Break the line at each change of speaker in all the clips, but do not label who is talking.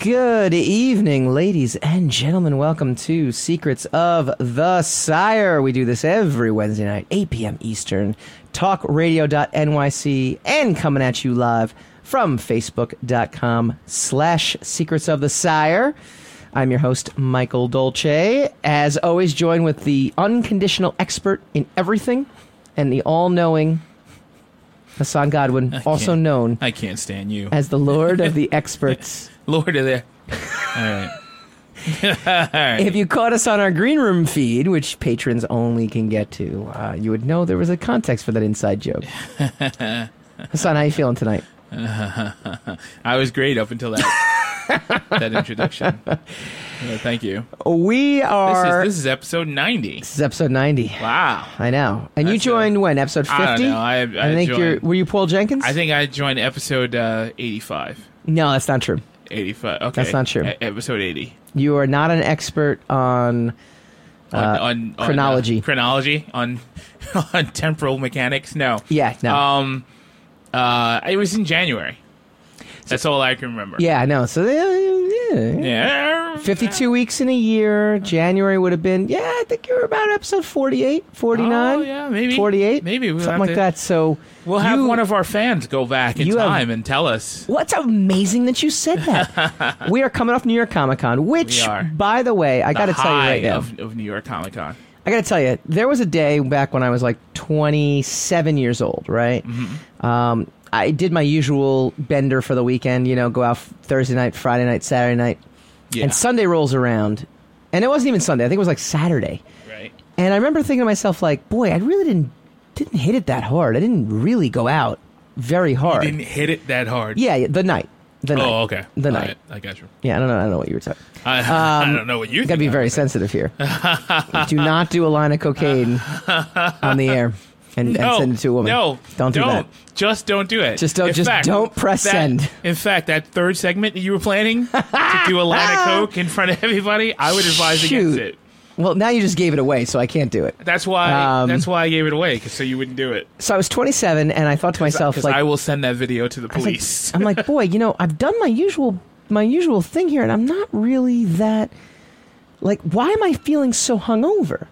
Good evening, ladies and gentlemen. Welcome to Secrets of the Sire. We do this every Wednesday night, 8 p.m. Eastern, talkradio.nyc, and coming at you live from facebook.com slash secrets of the sire. I'm your host, Michael Dolce. As always, joined with the unconditional expert in everything and the all-knowing Hassan Godwin,
I
also
can't-
known
I can't stand you.
as the Lord of the Experts.
Lord of the. All right. All right.
If you caught us on our green room feed, which patrons only can get to, uh, you would know there was a context for that inside joke. Hassan, how you feeling tonight?
I was great up until that that introduction. Uh, thank you.
We
This is,
are.
this is episode 90.
this is episode ninety.
Wow.
I know, and you
That's a-
joined when episode fifty.
I don't know. I, I,
think
joined,
you're. Were you Paul Jenkins?
I think I joined episode uh, 85.
no, that's not true.
85. Okay.
That's not true.
E- episode 80.
You are not an expert on.
On,
Uh,
on- on, uh,
chronology.
chronology on on temporal mechanics. No.
Yeah, no.
Um. Uh. It was in January. That's all I can remember.
yeah, I know. So yeah, yeah.
Yeah.
52 weeks in a year. January would have been, yeah, I think you were about episode 48, 49.
Oh, yeah, maybe.
48.
Maybe we'll
something
have
like
to-
that. So
We'll have
you-
one of our fans go back in
You have-
time and tell us.
What's amazing that you said that? we are coming off New York Comic Con, which,
We are.
by the way, I got to
the
tell you
high
right now.
of, of New York Comic Con.
I got to tell you, there was a day back when I was like 27 years old, right?
Mm-hmm.
Um, I did my usual bender for the weekend, you know, go out Thursday night, Friday night, Saturday night.
Yeah.
And Sunday rolls around. And it wasn't even Sunday, I think it was like Saturday.
right.
And I remember thinking to myself, like, boy, I really didn't didn't hit it that hard. I didn't really go out very hard.
Didn't hit it that hard.
Yeah, yeah, the night. The night.
Oh, okay.
The
All
night.
right. I got you.
Yeah, I don't know. I don't know what you were talking.
I, I don't know what
You
you
gotta be
think.
very sensitive here. do not do a line of cocaine on the air and, and
no,
send it to a woman.
No,
don't do that.
Just don't do it.
Just don't-
In
just
fact,
don't press
that-
send.
In fact, that third segment that you were planning to do a line of coke in front of everybody, I would advise
Shoot.
against it.
Well, now you just gave it away, so I can't do it.
That's why.
Um,
that's why I gave it away, 'cause so you wouldn't do it.
So I was 27, and I thought to myself,
Because
like,
I will send that video to the
I was like-
police.
I'm like, boy, you know, I've done my usual my usual thing here, and I'm not really that. Like, why am I feeling so hungover?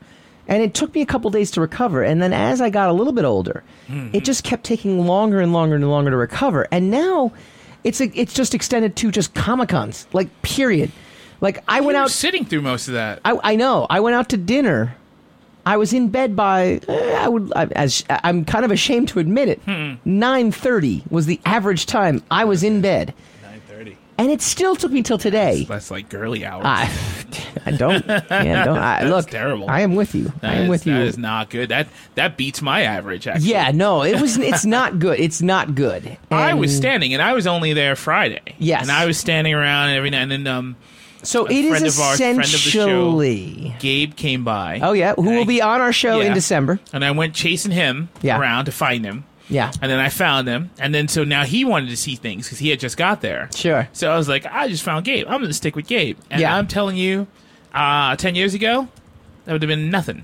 And it took me a couple days to recover. And then as I got a little bit older,
Mm-hmm.
it just kept taking longer and longer and longer to recover. And now, it's a, it's just extended to just Comic Cons, like period. Like I went
You were
out
sitting through most of that.
I, I know. I went out to dinner. I was in bed by eh, I would I, as I'm kind of ashamed to admit it.
Hmm.
Nine thirty was the average time I was in bed,
Nine thirty.
and it still took me till today.
That's like girly hours.
I, I don't. Yeah, I don't. I, look,
terrible.
I am with you. I
That
am
is-
with you.
That is not good. That that beats my average. Actually,
yeah, no, it was. It's not good. It's not good.
I
And
was standing, and I was only there Friday.
Yes.
and I was standing around every now and then. Um,
So
a
it is
friend of ours, friend of the show.
essentially.
Gabe came by.
Oh yeah, who
And
will
I-
be on our show in
Yeah.
December?
And I went chasing him
Yeah.
around to find him.
Yeah.
And then I found him, and then so now he wanted to see things because he had just got there.
Sure.
So I was like, I just found Gabe. I'm going to stick with Gabe. And
Yeah.
I'm telling you, uh, ten years ago, that would have been nothing.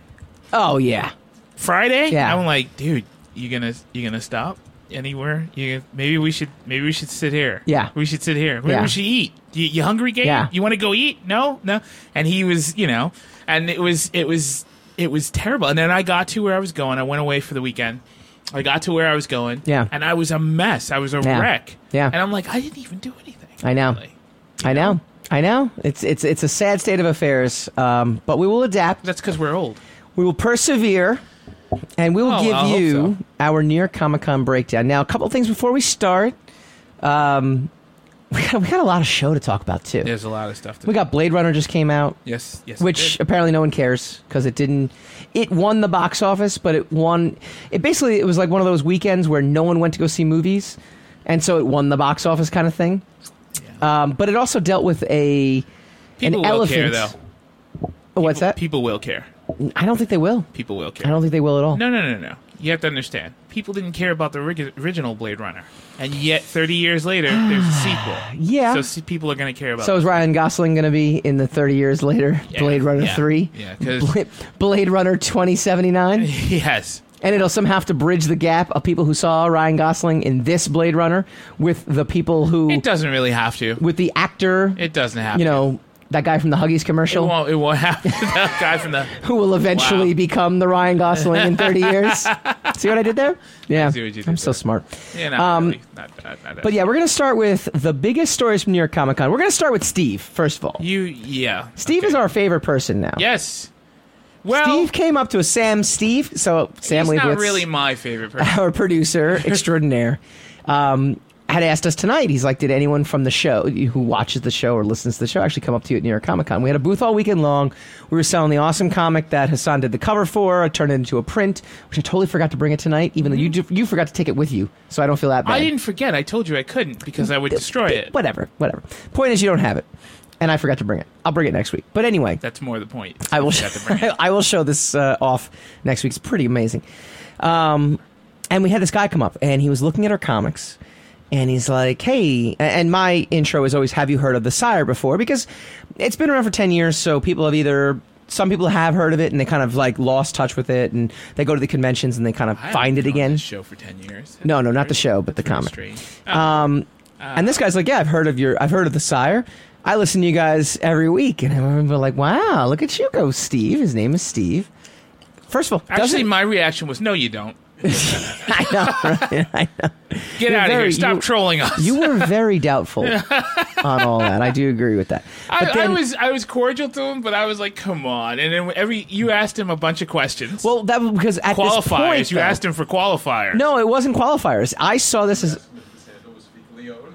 Oh yeah.
Friday,
Yeah.
I'm like, dude, you gonna you gonna stop anywhere? You maybe we should maybe we should sit here.
Yeah.
we should sit here. Maybe
Yeah.
we should eat. You, you hungry, Gabe?
Yeah.
You want to go eat? No, no. And he was, you know, and it was it was it was terrible. And then I got to where I was going. I went away for the weekend. I got to where I was going.
Yeah.
and I was a mess. I was a
Yeah.
wreck.
Yeah.
and I'm like, I didn't even do anything.
I know.
really.
I know. I know. It's it's it's a sad state of affairs. Um, but we will adapt.
That's because we're old.
We will persevere, and we will
Oh,
give
I hope
you
so.
our near Comic Con breakdown. Now, a couple of things before we start. Um, we got we got a lot of show to talk about too.
There's a lot of stuff. To
We got Blade Runner just came out,
yes, yes. it
which
did.
apparently no one cares because it didn't. It won the box office, but it won. It basically it was like one of those weekends where no one went to go see movies, and so it won the box office kind of thing. Um, but it also dealt with a
people
an
will
elephant.
care though.
What's that?
People will care.
I don't think they will.
People will care.
I don't think they will at all.
No, no, no, no. You have to understand. People didn't care about the orig- original Blade Runner, and yet 30 years later, there's a sequel.
Yeah.
So s- people are going to care about.
So is Ryan Gosling going to be in the 30 years later
Yeah,
Blade Runner
yeah,
3?
yeah, 'cause-
Blade, Blade Runner 2079?
it. yes.
And it'll somehow have to bridge the gap of people who saw Ryan Gosling in this Blade Runner with the people who,
It doesn't really have to.
with the actor,
It doesn't have
you
to.
know, that guy from the Huggies
It
commercial
won't, it won't have to. That guy from the.
who will eventually
Wow.
become the Ryan Gosling in 30 years. see what I did there? Yeah.
see what you did
I'm so
there.
smart.
You know,
Um,
really, not, not, not,
But yeah, we're going to start with the biggest stories from New York Comic Con. We're going to start with Steve, first of all.
You, yeah.
Steve
Okay.
is our favorite person now.
Yes. Well,
Steve came up to us, Sam Steve, so Sam
he's not
Leibowitz,
really my favorite person.
our producer extraordinaire, um, had asked us tonight. He's like, did anyone from the show who watches the show or listens to the show actually come up to you at New York Comic Con? We had a booth all weekend long. We were selling the awesome comic that Hassan did the cover for, turned it into a print, which I totally forgot to bring it tonight, even though you, ju- you forgot to take it with you, so I don't feel that bad.
Mm-hmm. I didn't forget. I told you I couldn't because I would destroy it.
Whatever, whatever. Point is, you don't have it. And I forgot to bring it. I'll bring it next week. But anyway,
That's more the point.
I will.
You have to bring it.
I will show this uh, off next week. It's pretty amazing. Um, and we had this guy come up, and he was looking at our comics, and he's like, "Hey!" a- And my intro is always, "Have you heard of the Sire before?" Because it's been around for ten years, so people have either. Some people have heard of it and they kind of like lost touch with it, and they go to the conventions and they kind of
I haven't
find it
been on
again.
this show for ten years.
No, no, not the show, but the
Very
comic.
strange.
Um, and this guy's like, yeah, I've heard of your, I've heard of the Sire. I listen to you guys every week, and I remember like, wow, look at you go, Steve. His name is Steve. First of all,
Actually,
doesn't-
my reaction was, "No, you don't.
I know, right? I know.
Get
You're
out of here.
very-
Stop
you-
trolling us."
You were very doubtful on all that. I do agree with that.
I,
But then-
I was I was cordial to him, but I was like, "Come on!" And then every you asked him a bunch of questions.
well, that was because at
qualifiers.
this point,
you
though-
asked him for qualifiers.
No, it wasn't qualifiers. I saw this as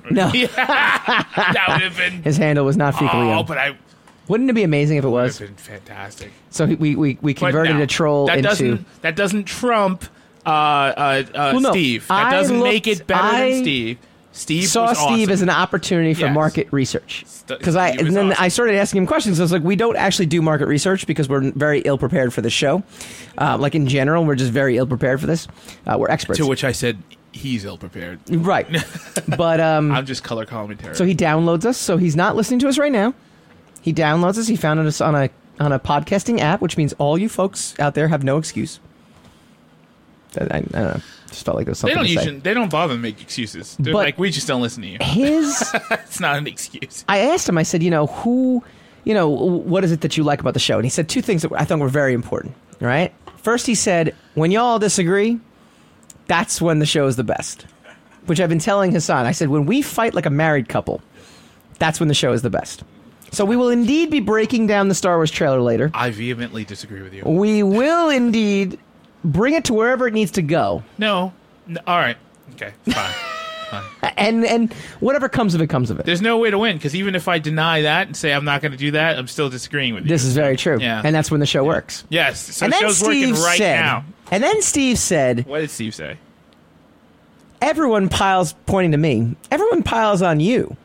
no.
that would have been.
His handle was not fecally.
oh,
owned.
but I would
Wouldn't it be amazing if it
have
was?
been fantastic.
So he- we we, we
But
converted
no,
a troll
that
into.
doesn't that doesn't trump uh, uh, uh,
Well, no,
Steve. That
I
doesn't
looked-
make it better
I
than Steve. Steve
saw
was
Steve
awesome.
as an opportunity for
Yes.
market research
St-
because I
Steve is
and then
awesome.
I started asking him questions. I was like, we don't actually do market research because we're very ill prepared for the show. Uh, like in general, we're just very ill prepared for this. Uh, we're experts,
to which I said he's ill prepared.
right? but um,
I'm just color commentary.
so he downloads us. So he's not listening to us right now. He downloads us. He found us on a on a podcasting app, which means all you folks out there have no excuse. I, I, I don't know. Just felt like there was
they
something
don't
to say.
usually they don't bother to make excuses. They're
But-
like we just don't listen to you.
His
It's not an excuse.
I asked him, I said, you know, who, you know, what is it that you like about the show? And he said two things that I think were very important, all right? First, he said, when y'all disagree, that's when the show is the best, which I've been telling Hassan. I said, when we fight like a married couple, that's when the show is the best. So we will indeed be breaking down the Star Wars trailer later.
I vehemently disagree with you.
We will indeed bring it to wherever it needs to go.
No. N- all right. Okay. Fine. Fine.
And and whatever comes of it comes of it.
There's no way to win because even if I deny that and say I'm not going to do that, I'm still disagreeing with you.
This is very true.
Yeah.
And that's when the show works.
yes. So
and
the
then
show's
Steve
working right
said,
now.
And then Steve said,
What did Steve say?
everyone piles, pointing to me, everyone piles on you.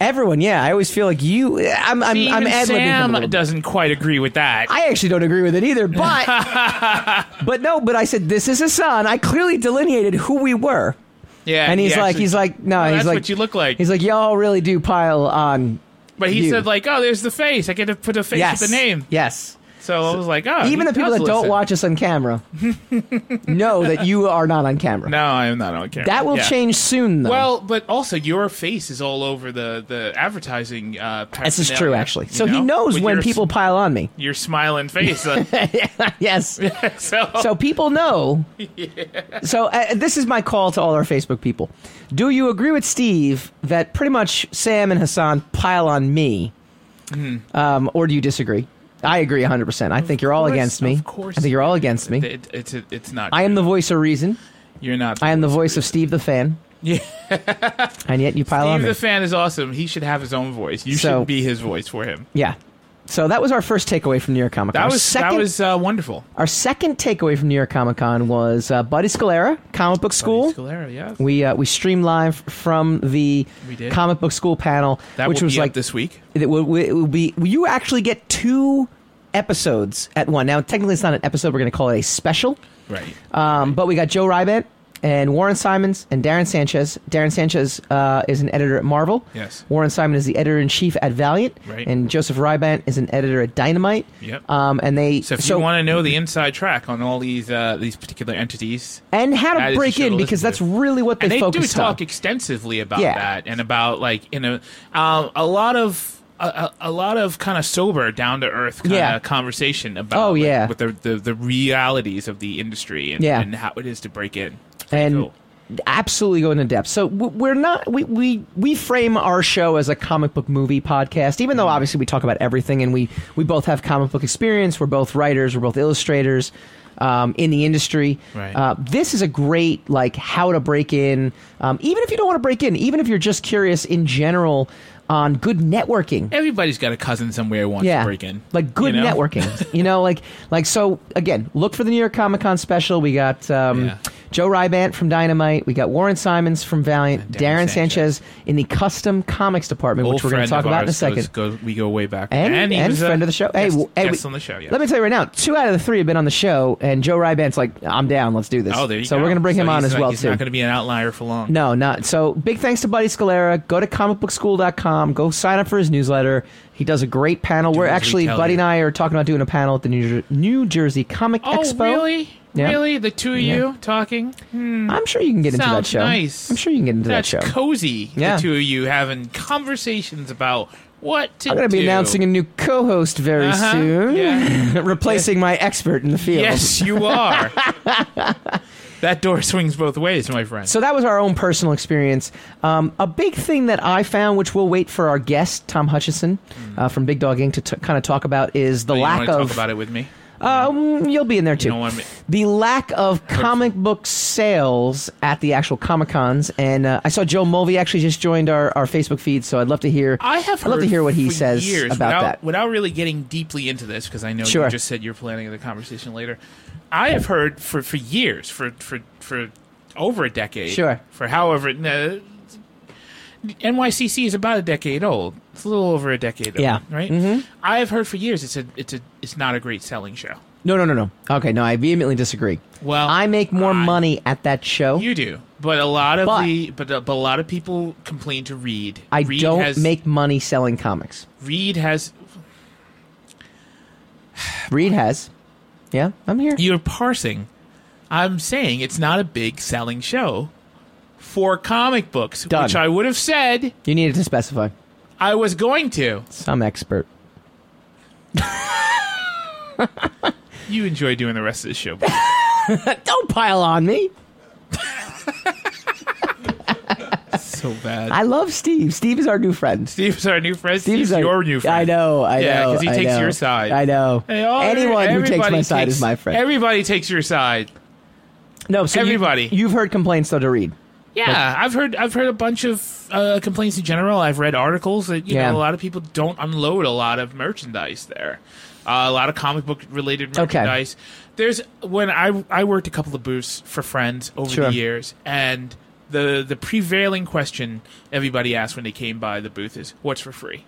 Everyone, yeah. I always feel like you. I'm, I'm,
See,
I'm
even
ad libbing him a
Sam
little bit.
doesn't quite agree with that.
I actually don't agree with it either, but but no, but I said this is Hassan. I clearly delineated who we were,
yeah,
and he's
he
like,
actually-
he's like, no,
Well,
he's
that's
like,
what you look like.
He's like, y'all really do pile on.
but he
you.
said like, oh, there's the face. I get to put a face
Yes,
with the name.
Yes,
So I was like, oh,
even the
he
people
does
that don't
listen.
watch us on camera know that you are not on camera.
No, I'm not on camera.
that will
Yeah.
change soon, though.
Well, but also your face is all over the the advertising. Uh,
This is true,
paraphernalia,
actually.
you
So he
know,
knows
with
when
your s-
people pile on me.
your smiling face. uh,
yes.
so,
So people know. So uh, this is my call to all our Facebook people. Do you agree with Steve that pretty much Sam and Hassan pile on me?
Hmm.
Um, or do you disagree? I agree 100%. I think you're all
course,
against me.
of course.
I think you're all against me.
it, it's it, it's not.
I am the voice of reason.
You're not.
I am the voice of Steve the fan.
Yeah.
and yet you pile on
Steve
me.
the fan is awesome. He should have his own voice. You
So-
should be his voice for him.
yeah. So that was our first takeaway from New York Comic Con.
That
Our
was that
second-
was uh, wonderful.
Our second takeaway from New York Comic Con was uh, Buddy Scalera, comic book school.
Scalera, yeah.
We uh, we streamed live from the
We did.
comic book school panel,
that
which
will
was
be
like
up this week.
It will, it will be you actually get two episodes at one. Now technically it's not an episode. We're going to call it a special.
Right.
Um, but we got Joe Rybent and Warren Simons and Darren Sanchez. Darren Sanchez uh, is an editor at Marvel.
Yes.
Warren Simon is the editor in chief at Valiant.
Right.
And Joseph Rybant is an editor at Dynamite.
Yep.
Um, and they
So if you want to know the inside track on all these uh, these particular entities,
and how
That
to
is
break
the show
in
to listen
because
to.
that's really what they,
and they do
focused
talk
on.
extensively about
Yeah.
that and about like you know um, a lot of a, a- a lot of kind of sober, down to earth kind
Yeah.
of conversation about
Oh,
like,
yeah.
with the, the the realities of the industry and,
Yeah.
and how it is to break in. It's pretty
and
cool.
absolutely go into depth. So w- we're not we, we we frame our show as a comic book movie podcast, even though obviously we talk about everything, and we we both have comic book experience. We're both writers. We're both illustrators um, in the industry.
Right.
Uh, this is a great like how to break in, um, even if you don't want to break in, even if you're just curious in general on good networking
everybody's got a cousin somewhere who wants to break in,
like good
you know?
networking. you know, like like so. Again, look for the New York Comic Con special. We got um,
Yeah.
Joe Rybant from Dynamite. We got Warren Simons from Valiant.
And
Darren
Darren
Sanchez.
Sanchez.
in the custom comics department,
Old
which we're going to talk
friend of
about in a
ours goes-
second.
goes- we go way back,
And, and,
he was a
friend of the show. hey,
guest,
w- hey,
guest
we-
on the show. Yeah.
Let me tell you right now, two out of the three have been on the show, and Joe Rybant's like, I'm down, let's do this.
oh, there you
so
go.
we're going to bring
So
him on
he's
as
not-
well,
He's
too.
not going to be an outlier for long.
No, not so. Big thanks to Buddy Scalera. Go to comicbookschool.com. Go sign up for his newsletter. He does a great panel. We're
as we
actually
tell
Buddy
you.
and I are talking about doing a panel at the New, Jer- New Jersey Comic
Oh,
Expo.
really?
Yeah.
Really? The two of you talking?
I'm sure you can get into that
Sounds
show.
nice.
I'm sure you can get into
That's
that show.
cozy.
Yeah.
The two of you having conversations about what to
I'm going to
do.
be announcing a new co-host very
Uh-huh.
soon,
Yeah.
replacing my expert in the field.
Yes, you are. that door swings both ways, my friend.
So that was our own personal experience. Um, a big thing that I found, which we'll wait for our guest Tom Hutchison uh, from Big Dog Inc. to t- kind of talk about, is the
Hmm. Oh, you
lack
want to
of
talk about it with me?
Um, you'll be in there too.
know what I mean?
The lack of comic book sales at the actual comic cons, and uh, I saw Joe Mulvey actually just joined our, our Facebook feed, so I'd love to hear.
I have
I'd love to
heard
hear what he
for
says
years,
about
without,
that.
Without really getting deeply into this, because I know
Sure.
you just said you're planning the conversation later. I have heard for, for years, for, for for over a decade,
Sure.
for however, uh, no, NYCC is about a decade old. It's a little over a decade
Yeah. Mm-hmm.
old, right? I have heard for years it's a it's a it's not a great selling show.
No, no, no, no. Okay, no, I vehemently disagree.
Well,
I make more
I-
money at that show.
Oh, You do, but a lot of
But-
the but, a- but a lot of people complain to Reed.
I
Reed
don't
has,
make money selling comics.
Reed has.
Reed has. Yeah, I'm here.
You're parsing. I'm saying it's not a big selling show for comic books,
Done.
which I would have said
You needed to specify.
I was going to.
Some expert.
You enjoy doing the rest of the show.
Don't pile on me.
so bad.
I love Steve. Steve is our new friend.
Steve's our new friend.
Steve's
Steve's
like-
your new friend.
I know, I
Yeah,
know.
'cause he
I
takes
know.
your side.
I know.
Hey, all-
Anyone who takes my
everybody
side is
takes-
my friend.
Everybody takes your side.
no, so you-
everybody.
you've heard complaints though to read.
Yeah, I've heard I've heard a bunch of uh, complaints in general. I've read articles that you
Yeah.
know a lot of people don't unload a lot of merchandise there. Uh, a lot of comic book related
Okay.
merchandise. There's when I I worked a couple of booths for friends over
Sure.
the years and the the prevailing question everybody asked when they came by the booth is what's for free?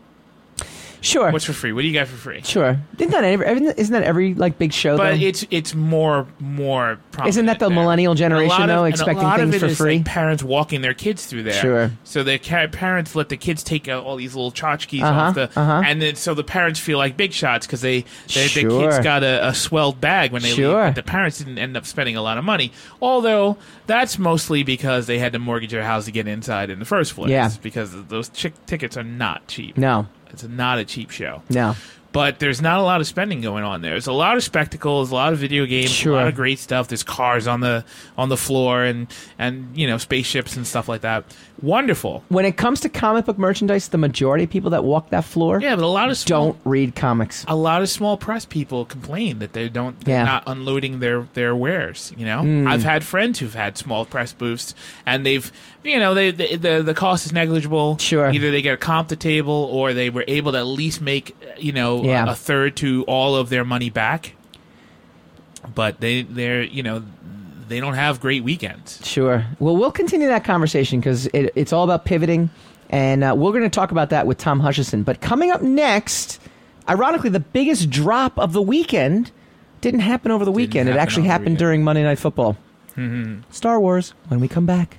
Sure,
What's for free? What do you got for free?
sure. Isn't that every, isn't that every like big show
But
though?
it's it's more more. Prominent
Isn't that the
there.
millennial
And a lot
generation,
of-
though,
and a
expecting
lot of
things
it
for
is,
free?
Like parents walking their kids through there.
Sure.
So the ca- parents let the kids take out all these little tchotchkes
Uh-huh,
off the,
uh-huh.
and then so the parents feel like big shots because they, they the
Sure.
kids got a, a swelled bag when they
Sure.
leave. But the parents didn't end up spending a lot of money. Although that's mostly because they had to mortgage their house to get inside in the first place.
Yeah.
Because those chick- tickets are not cheap.
no,
It's not a cheap show
no.
but there's not a lot of spending going on there. There's a lot of spectacles, a lot of video games,
Sure.
a lot of great stuff. There's cars on the on the floor and and you know spaceships and stuff like that. Wonderful.
When it comes to comic book merchandise, the majority of people that walk that floor
Yeah, but a lot of small,
don't read comics.
a lot of small press people complain that they don't they're
Yeah. Hmm.
not unloading their their wares. You know, I've had friends who've had small press booths and they've you know they, they the the cost is negligible.
Sure.
either they get a comp to table or they were able to at least make you know
Yeah.
a third to all of their money back. But they they're you know they don't have great weekends.
Sure. Well, we'll continue that conversation because it, it's all about pivoting, and uh, we're going to talk about that with Tom Hutchison. But coming up next, ironically, the biggest drop of the weekend didn't happen over the weekend. It
happen
actually
over the
happened
weekend. Mm-hmm.
during Monday Night Football. Star Wars when we come back.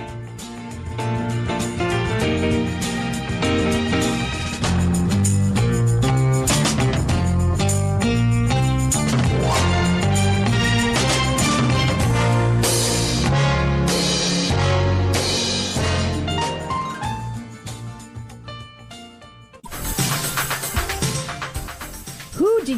Who do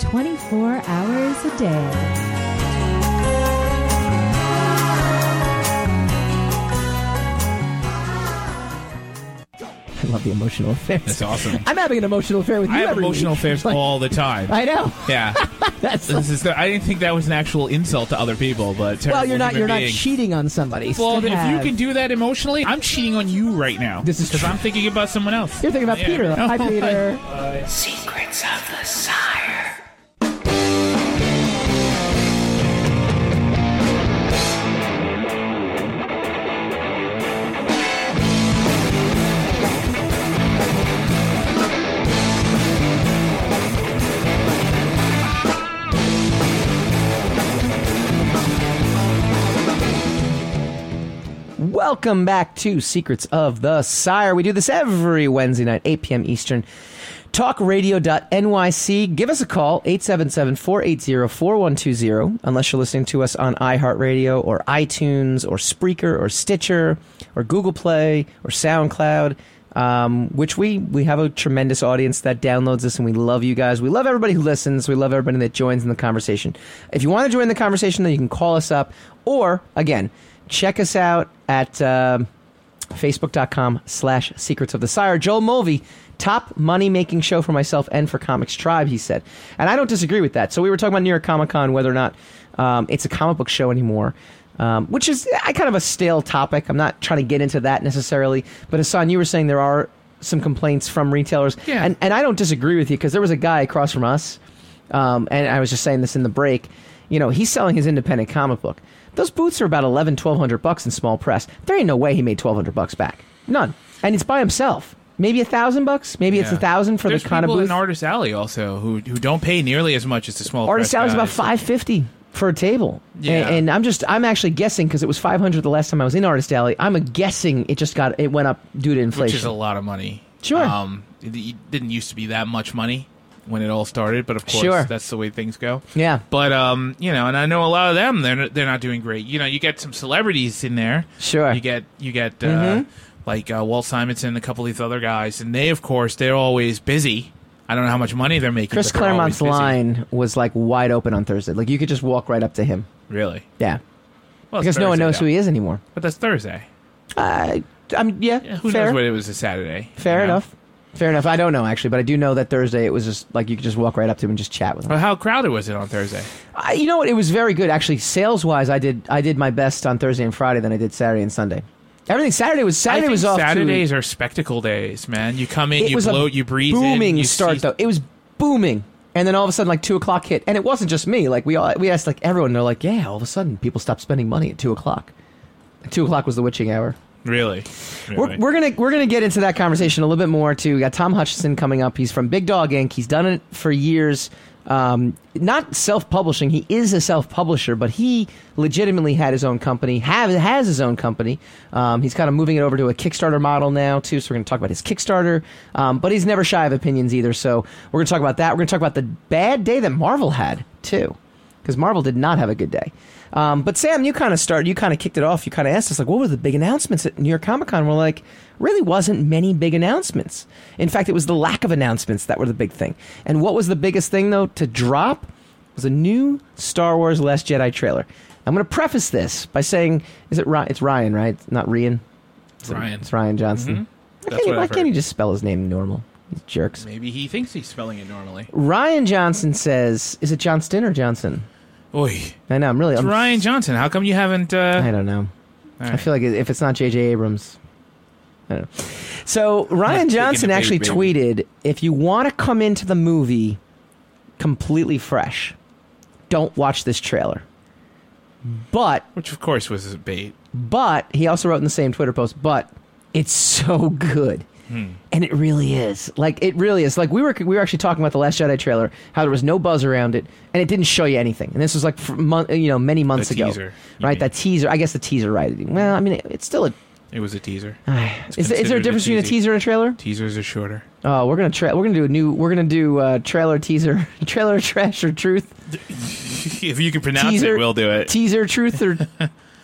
24 hours a day.
I love the emotional affairs.
That's awesome.
I'm having an emotional affair with you.
I have
every
emotional
week.
affairs
Like,
all the time.
I know.
yeah.
That's
This is the- I didn't think that was an actual insult to other people, but
well, you're
terrible
not
human
you're not
being.
cheating on somebody.
Well, if you
Have.
can do that emotionally, I'm cheating on you right now.
This is
because
true.
I'm thinking about someone else.
You're thinking about
Yeah. Oh
Peter. Hi,
No, I-
Peter.
Secrets of the Sire.
Welcome back to Secrets of the Sire. We do this every Wednesday night, 8 p.m. Eastern. Talkradio.nyc. Give us a call, 877 480 4120, unless you're listening to us on iHeartRadio or iTunes or Spreaker or Stitcher or Google Play or SoundCloud, um, which we, we have a tremendous audience that downloads us and we love you guys. We love everybody who listens. We love everybody that joins in the conversation. If you want to join the conversation, then you can call us up or, again, check us out at um facebook.com slash secrets of the sire joel mulvey top money making show for myself and for comics tribe he said and i don't disagree with that so we were talking about new york comic-con whether or not um, it's a comic book show anymore um, which is I kind of a stale topic i'm not trying to get into that necessarily but hassan you were saying there are some complaints from retailers
Yeah.
and, and i don't disagree with you because there was a guy across from us um, and I was just saying this in the break. You know, he's selling his independent comic book. Those boots are about 11, 1200 bucks in small press. There ain't no way he made 1200 bucks back. None. And it's by himself. Maybe a thousand bucks. Maybe it's a
Yeah.
thousand for
There's
the kind of
people
booth.
in Artist Alley also who who don't pay nearly as much as the small
Artist
press
Alley's about
guys.
550 for a table.
Yeah.
And, and I'm just I'm actually guessing because it was 500 the last time I was in Artist Alley. I'm guessing it just got it went up due to
which
inflation.
is a lot of money.
Sure.
Um, it, it didn't used to be that much money when it all started, but of course,
Sure.
that's the way things go.
Yeah.
But um, you know, and I know a lot of them. They're they're not doing great. You know, you get some celebrities in there.
Sure.
You get you get uh,
Mhm.
like uh, Walt Simonson and a couple of these other guys, and they of course they're always busy. I don't know how much money they're making.
Chris
but they're always
Claremont's
busy.
line was like wide open on Thursday. Like you could just walk right up to him.
really.
Yeah.
Well, it's
Because no one
Thursday,
knows who
though.
he is anymore.
But that's Thursday.
Uh, I'm yeah.
Yeah, who
fair.
knows what it was a Saturday?
Fair
you know?
enough. Fair enough. I don't know actually, but I do know that Thursday it was just like you could just walk right up to him and just chat with him.
Well, how crowded was it on Thursday?
I, you know what? It was very good actually. Sales wise, I did I did my best on Thursday and Friday than I did Saturday and Sunday. Everything Saturday was Saturday
I think
was off. to-
Saturdays are spectacle days, man. You come in,
it
you
was
bloat,
a
you breathe.
booming
in, you
start
see-
though. It was booming, and then all of a sudden like two o'clock hit, and it wasn't just me. Like we all we asked like everyone. and They're like, yeah, all of a sudden people stopped spending money at two o'clock. Two o'clock was the witching hour.
Really,
We're,
Really.
we're gonna we're gonna get into that conversation a little bit more too. We got Tom Hutchinson coming up. He's from Big Dog Inc. He's done it for years. Um, not self publishing. He is a self publisher, but he legitimately had his own company. Have has his own company. Um, he's kind of moving it over to a Kickstarter model now too. So we're gonna talk about his Kickstarter. Um, but he's never shy of opinions either. So we're gonna talk about that. We're gonna talk about the bad day that Marvel had too because Marvel did not have a good day. Um, but Sam, you kind of started, you kind of kicked it off. You kind of asked us, like, what were the big announcements at New York Comic Con? We're like, really wasn't many big announcements. In fact, it was the lack of announcements that were the big thing. And what was the biggest thing, though, to drop was a new Star Wars Last Jedi trailer. I'm going to preface this by saying, is it Ryan? It's Ryan, right? It's not Rian.
Ryan. Mm-hmm.
It's Ryan Johnson. Why
That's
can't, he,
what
why
I've
can't
heard.
he just spell his name normal? Jerks.
Maybe he thinks he's spelling it normally.
Ryan Johnson says, "Is it Johnston or Johnson?"
Oi,
I know. I'm really.
it's
I'm,
Ryan Johnson. How come you haven't?
Um, I
Uh,
don't know. I
right.
feel like if it's not J.J. Abrams, I don't know. So
taking
Ryan Johnson
the big
actually tweeted, "If you want to come into the movie completely fresh, don't watch this trailer." But
which of course was a bait.
but he also wrote in the same Twitter post, but it's so good.
Hmm.
And it really is. Like it really is. Like we were we were actually talking about the last Jedi trailer, how there was no buzz around it and it didn't show you anything. And this was like for mon- you know many months ago.
teaser, you
right?
mean.
That teaser. I guess the teaser right. Well, I mean it, it's still a
It was a teaser.
is, there- is there
considered
a
a
difference between a
teasy.
teaser and a trailer?
Teasers are shorter.
Oh, we're gonna tra- we're gonna do a new we're gonna do uh, trailer teaser trailer trash or truth
if you can pronounce
teaser
it, we'll do it.
teaser truth or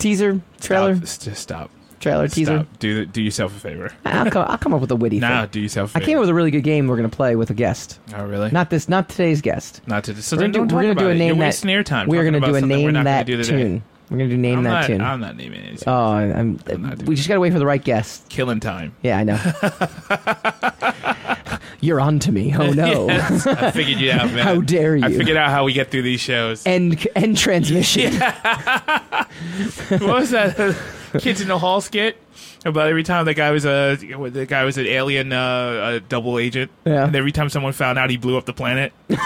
teaser trailer
Stop. S- Just stop.
trailer teaser.
Stop. Do do yourself a favor.
I'll come I'll come up with a witty
Now
thing.
do yourself.
I
A favor.
came up with a really good game we're going to play with a guest.
Oh really?
Not this, not today's guest.
Not to. So
We're gonna
then
do- we're
don't talk
gonna
about
do a
it.
name
You're
that
wasting air time.
We're
talking
going to do
about
a
something we're
name
not gonna
that
do today.
tune. We're going to do name
I'm
that
not,
tune.
I'm not naming it. It's
oh, I'm,
not doing
we just got to wait for the right guest.
killing time.
Yeah, I know. You're on to me. Oh no.
Yes, I figured you out, man.
How dare
I
you.
figured out how we get through these shows.
End end transmission.
what was that kids in the hall skit about every time the guy was a the guy was an alien uh, a double agent
Yeah.
and every time someone found out he blew up the planet And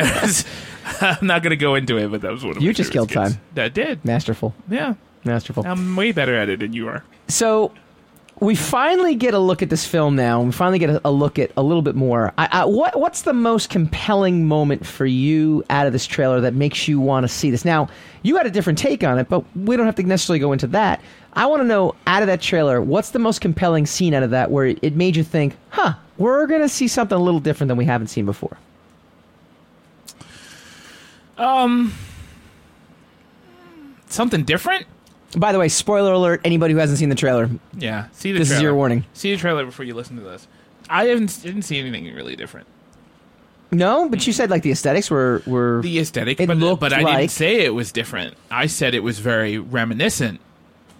it was- i'm not gonna go into it but that was one of
You
my
just
favorite
killed
skits.
time.
that did
Masterful.
yeah
Masterful.
i'm way better at it than you are
so we finally get a look at this film now. and We finally get a, a look at a little bit more. I, I, what what's the most compelling moment for you out of this trailer that makes you want to see this? Now you had a different take on it, but we don't have to necessarily go into that. I want to know out of that trailer, what's the most compelling scene out of that where it made you think, "Huh, we're gonna see something a little different than we haven't seen before."
Um, something different
By the way, spoiler alert: anybody who hasn't seen the trailer,
yeah see the
This is
trailer.
your warning.
see the trailer before you listen to this i haven't didn't see anything really different
no, but you said like the aesthetics were were
the aesthetic,
It
but,
looked
but I
like-
didn't say it was different. I said it was very reminiscent,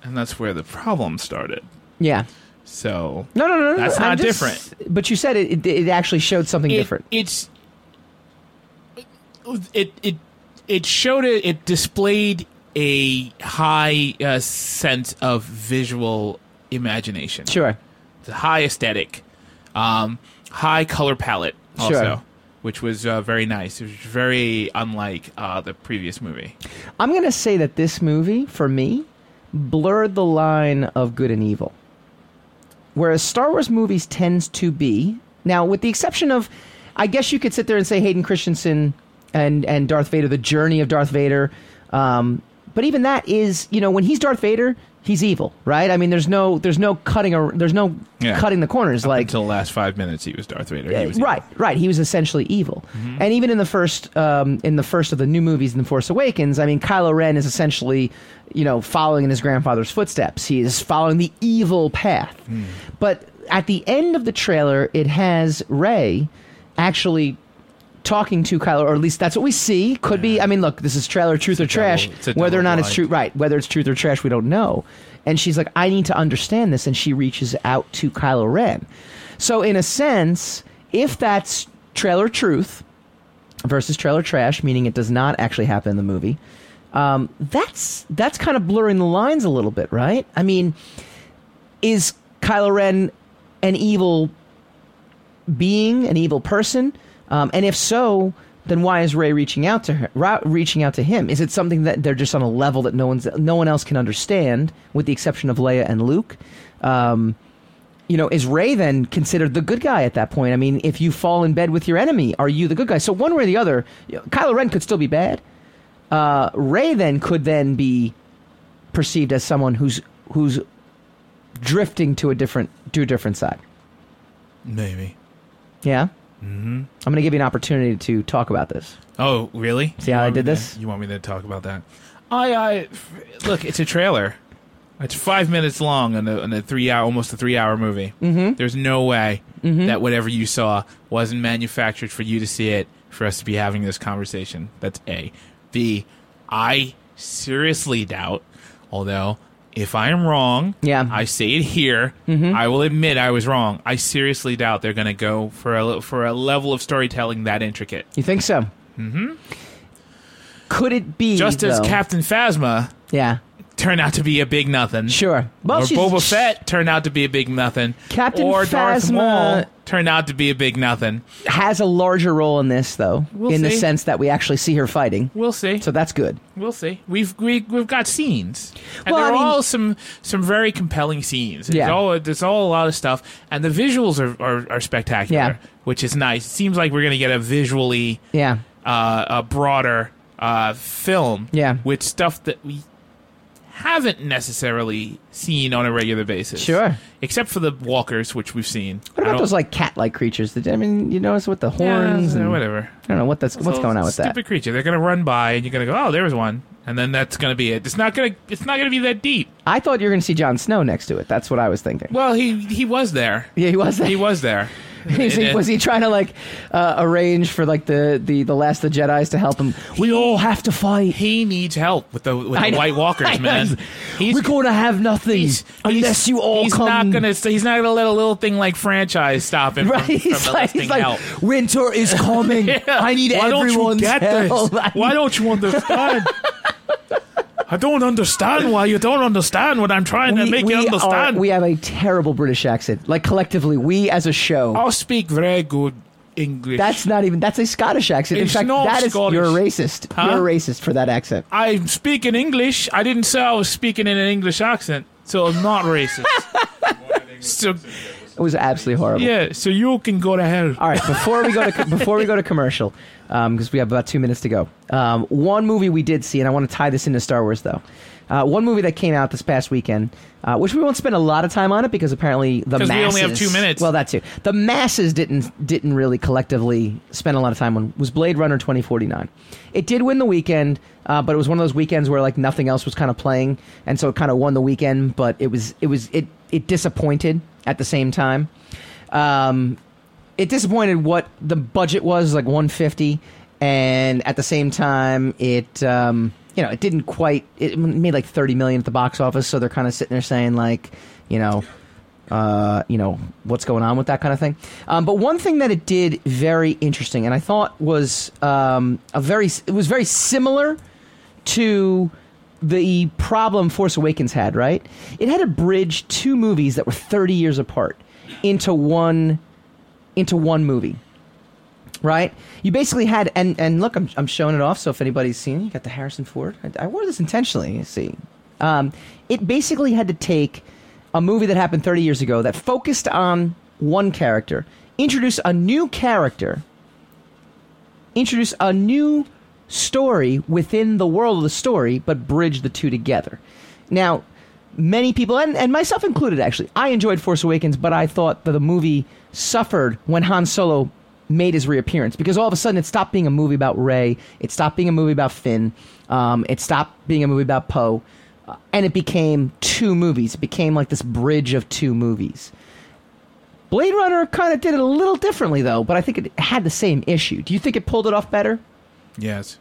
and that's where the problem started.
yeah.
So
No, no, no, no.
That's
no. I'm
not
just-
different.
But you said it, it. It actually showed something
it,
different.
It's it it it showed it. It displayed a high uh, sense of visual imagination,
Sure.
It's a high aesthetic, um, high color palette, also.
Sure.
Which was uh, very nice. It was very unlike uh, the previous movie.
I'm gonna say that this movie, for me, blurred the line of good and evil. Whereas Star Wars movies tends to be now, with the exception of, I guess you could sit there and say Hayden Christensen and and Darth Vader, the journey of Darth Vader. Um, but even that is, you know, when he's Darth Vader, he's evil, right? I mean, there's no there's no cutting a, there's no
Yeah.
cutting the corners like
Until the last five minutes, he was Darth Vader. He was evil. Mm-hmm.
right, right. He was essentially evil, and even in the first, um, in the first of the new movies, in The Force Awakens, I mean, Kylo Ren is essentially, you know, following in his grandfather's footsteps. He is following the evil path.
Hmm.
But at the end of the trailer, it has Ray actually talking to Kylo, or at least that's what we see. Could be. I mean, look, this is trailer truth or
double-
trash.
it's a
Whether or
double
not it's
blind.
true, right? Whether it's truth or trash, we don't know. And she's like, I need to understand this, and she reaches out to Kylo Ren. So, in a sense, if that's trailer truth versus trailer trash, meaning it does not actually happen in the movie, um, that's that's kind of blurring the lines a little bit, right? I mean, is Kylo Ren an evil being, an evil person? Um, and if so, then why is Ray reaching out to her, ra- reaching out to him? Is it something that they're just on a level that no one's no one else can understand, with the exception of Leia and Luke? Um, you know, is Ray then considered the good guy at that point? I mean, if you fall in bed with your enemy, are you the good guy? So one way or the other, you know, Kylo Ren could still be bad. Uh, Ray then could then be perceived as someone who's who's drifting to a different to a different side.
Maybe.
Yeah. Mm-hmm. I'm going to give you an opportunity to talk about this.
Oh, really?
See how
You
I
want
did
me to-
this?
you want me to talk about that? I, I, f- look, it's a trailer. It's five minutes long and a, and a three hour, almost a three hour movie. Mm-hmm. There's no way
Mm-hmm.
that whatever you saw wasn't manufactured for you to see it, for us to be having this conversation. That's A. B. I seriously doubt, although If I am wrong,
Yeah. Mm-hmm.
I say it here. I will admit I was wrong. I seriously doubt they're going to go for a le- for a level of storytelling that intricate.
You think so? Mm-hmm. Could it be
Just as
though-
Captain Phasma
Yeah,
turned out to be a big nothing.
sure. Well,
or
she's-
Boba Fett turned out to be a big nothing.
Captain
or Darth
Phasma-
Maul turned out to be a big nothing.
has a larger role in this, though,
We'll
in the
see.
sense that we actually see her fighting.
We'll see.
So that's good.
We'll see. We've we, we've got scenes, and
Well,
they're
I mean-
all some some very compelling scenes. It's
Yeah.
all there's all a lot of stuff, and the visuals are are, are spectacular,
Yeah.
which is nice. It seems like we're gonna get a visually
Yeah.
uh, a broader uh, film,
Yeah.
with stuff that we haven't necessarily seen on a regular basis.
Sure.
except for the walkers, which we've seen.
What
I
about
don't-
those like cat-like creatures? Did, I mean, you notice with the
Yeah,
horns and
whatever?
I don't know what that's what's
So,
going on with
stupid
that.
creature. They're gonna run by, and you're gonna go, "Oh, there was one," and then that's gonna be it. It's not gonna. It's not gonna be that deep.
I thought you were going to see Jon Snow next to it. That's what I was thinking.
Well, he he was there.
yeah, he was.
He was there.
He's- he- was he trying to like uh, arrange for like the, the the last of the Jedi's to help him? We all have to fight.
He needs help with the with
I
the
know.
White
I
Walkers,
know.
man.
We're going to have nothing
he's-
unless
he's-
you all
he's
come.
Not gonna, he's not gonna let a little thing like franchise stop him
right?
from, from
he's like,
enlisting
he's like,
help.
winter is coming. I need
Why
everyone's
don't you get
help.
this? Why don't you understand? I don't understand why you don't understand what I'm trying to make you understand.
Are, we have a terrible British accent. Like collectively, we as a show.
I'll speak very good English.
That's not even. That's a Scottish accent. In
It's
fact,
not
that is
Scottish.
you're a racist.
Huh?
You're a racist for that accent.
I'm speaking English. I didn't say I was speaking in an English accent, so I'm not racist. so
It was absolutely horrible.
yeah, so you can go to hell.
All right, before we go to before we go to commercial, because we have about two minutes to go. Um, one movie we did see, and I want to tie this into Star Wars though. Uh, one movie that came out this past weekend, uh, which we won't spend a lot of time on it because apparently the
'Cause
masses.
we only have two minutes.
Well, that too. The masses didn't didn't really collectively spend a lot of time on was Blade Runner twenty forty nine. It did win the weekend, uh, but it was one of those weekends where like nothing else was kind of playing, and so it kind of won the weekend. But it was it was it it disappointed at the same time. Um, it disappointed what the budget was like 150 and at the same time it um, you know it didn't quite it made like 30 million at the box office so they're kind of sitting there saying like you know uh, you know what's going on with that kind of thing um, but one thing that it did very interesting and i thought was um, a very it was very similar to the problem Force Awakens had, right? It had to bridge two movies that were 30 years apart into one into one movie. Right? You basically had and and look, I'm I'm showing it off so if anybody's seen it, you got the Harrison Ford. I, I wore this intentionally, you see. Um, it basically had to take a movie that happened 30 years ago that focused on one character, introduce a new character introduce a new story within the world of the story, but bridge the two together. Now, many people, and, and myself included, actually, I enjoyed Force Awakens, but I thought that the movie suffered when Han Solo made his reappearance because all of a sudden it stopped being a movie about Rey, it stopped being a movie about Finn, um, it stopped being a movie about Poe, uh, and it became two movies. It became like this bridge of two movies. Blade Runner kind of did it a little differently, though, but I think it had the same issue. Do you think it pulled it off better?
Yes.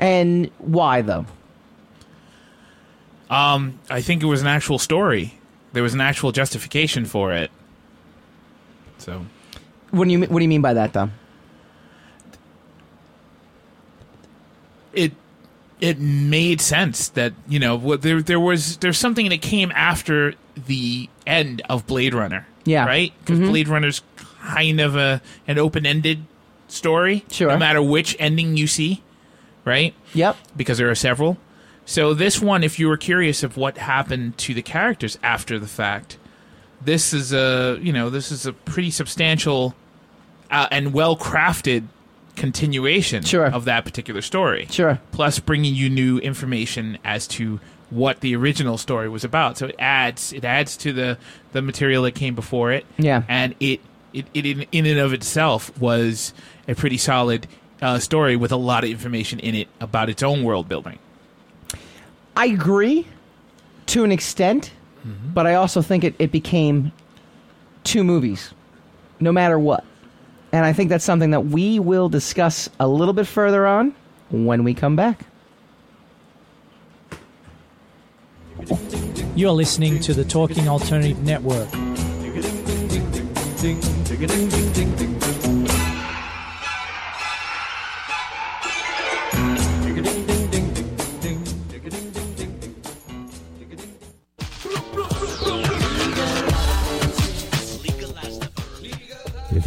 And why, though?
Um, I think it was an actual story. There was an actual justification for it. So
What do you What do you mean by that, though?
it it made sense that you know what there there was there's something that came after the end of Blade Runner.
Yeah. Mm-hmm.
right. Because Blade Runner's kind of a an open ended story.
Sure.
no matter which ending you see, right?
Yep.
because there are several. So this one, if you were curious of what happened to the characters after the fact, this is a you know this is a pretty substantial uh, and well crafted continuation
Sure.
of that particular story.
Sure.
Plus, bringing you new information as to what the original story was about. So it adds it adds to the the material that came before it.
Yeah.
and it it, it in, in and of itself was a pretty solid uh, story with a lot of information in it about its own world building.
I agree to an extent, but I also think it, it became two movies, no matter what. And I think that's something that we will discuss a little bit further on when we come back.
You're listening to the Talking Alternative Network.
If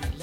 legislation.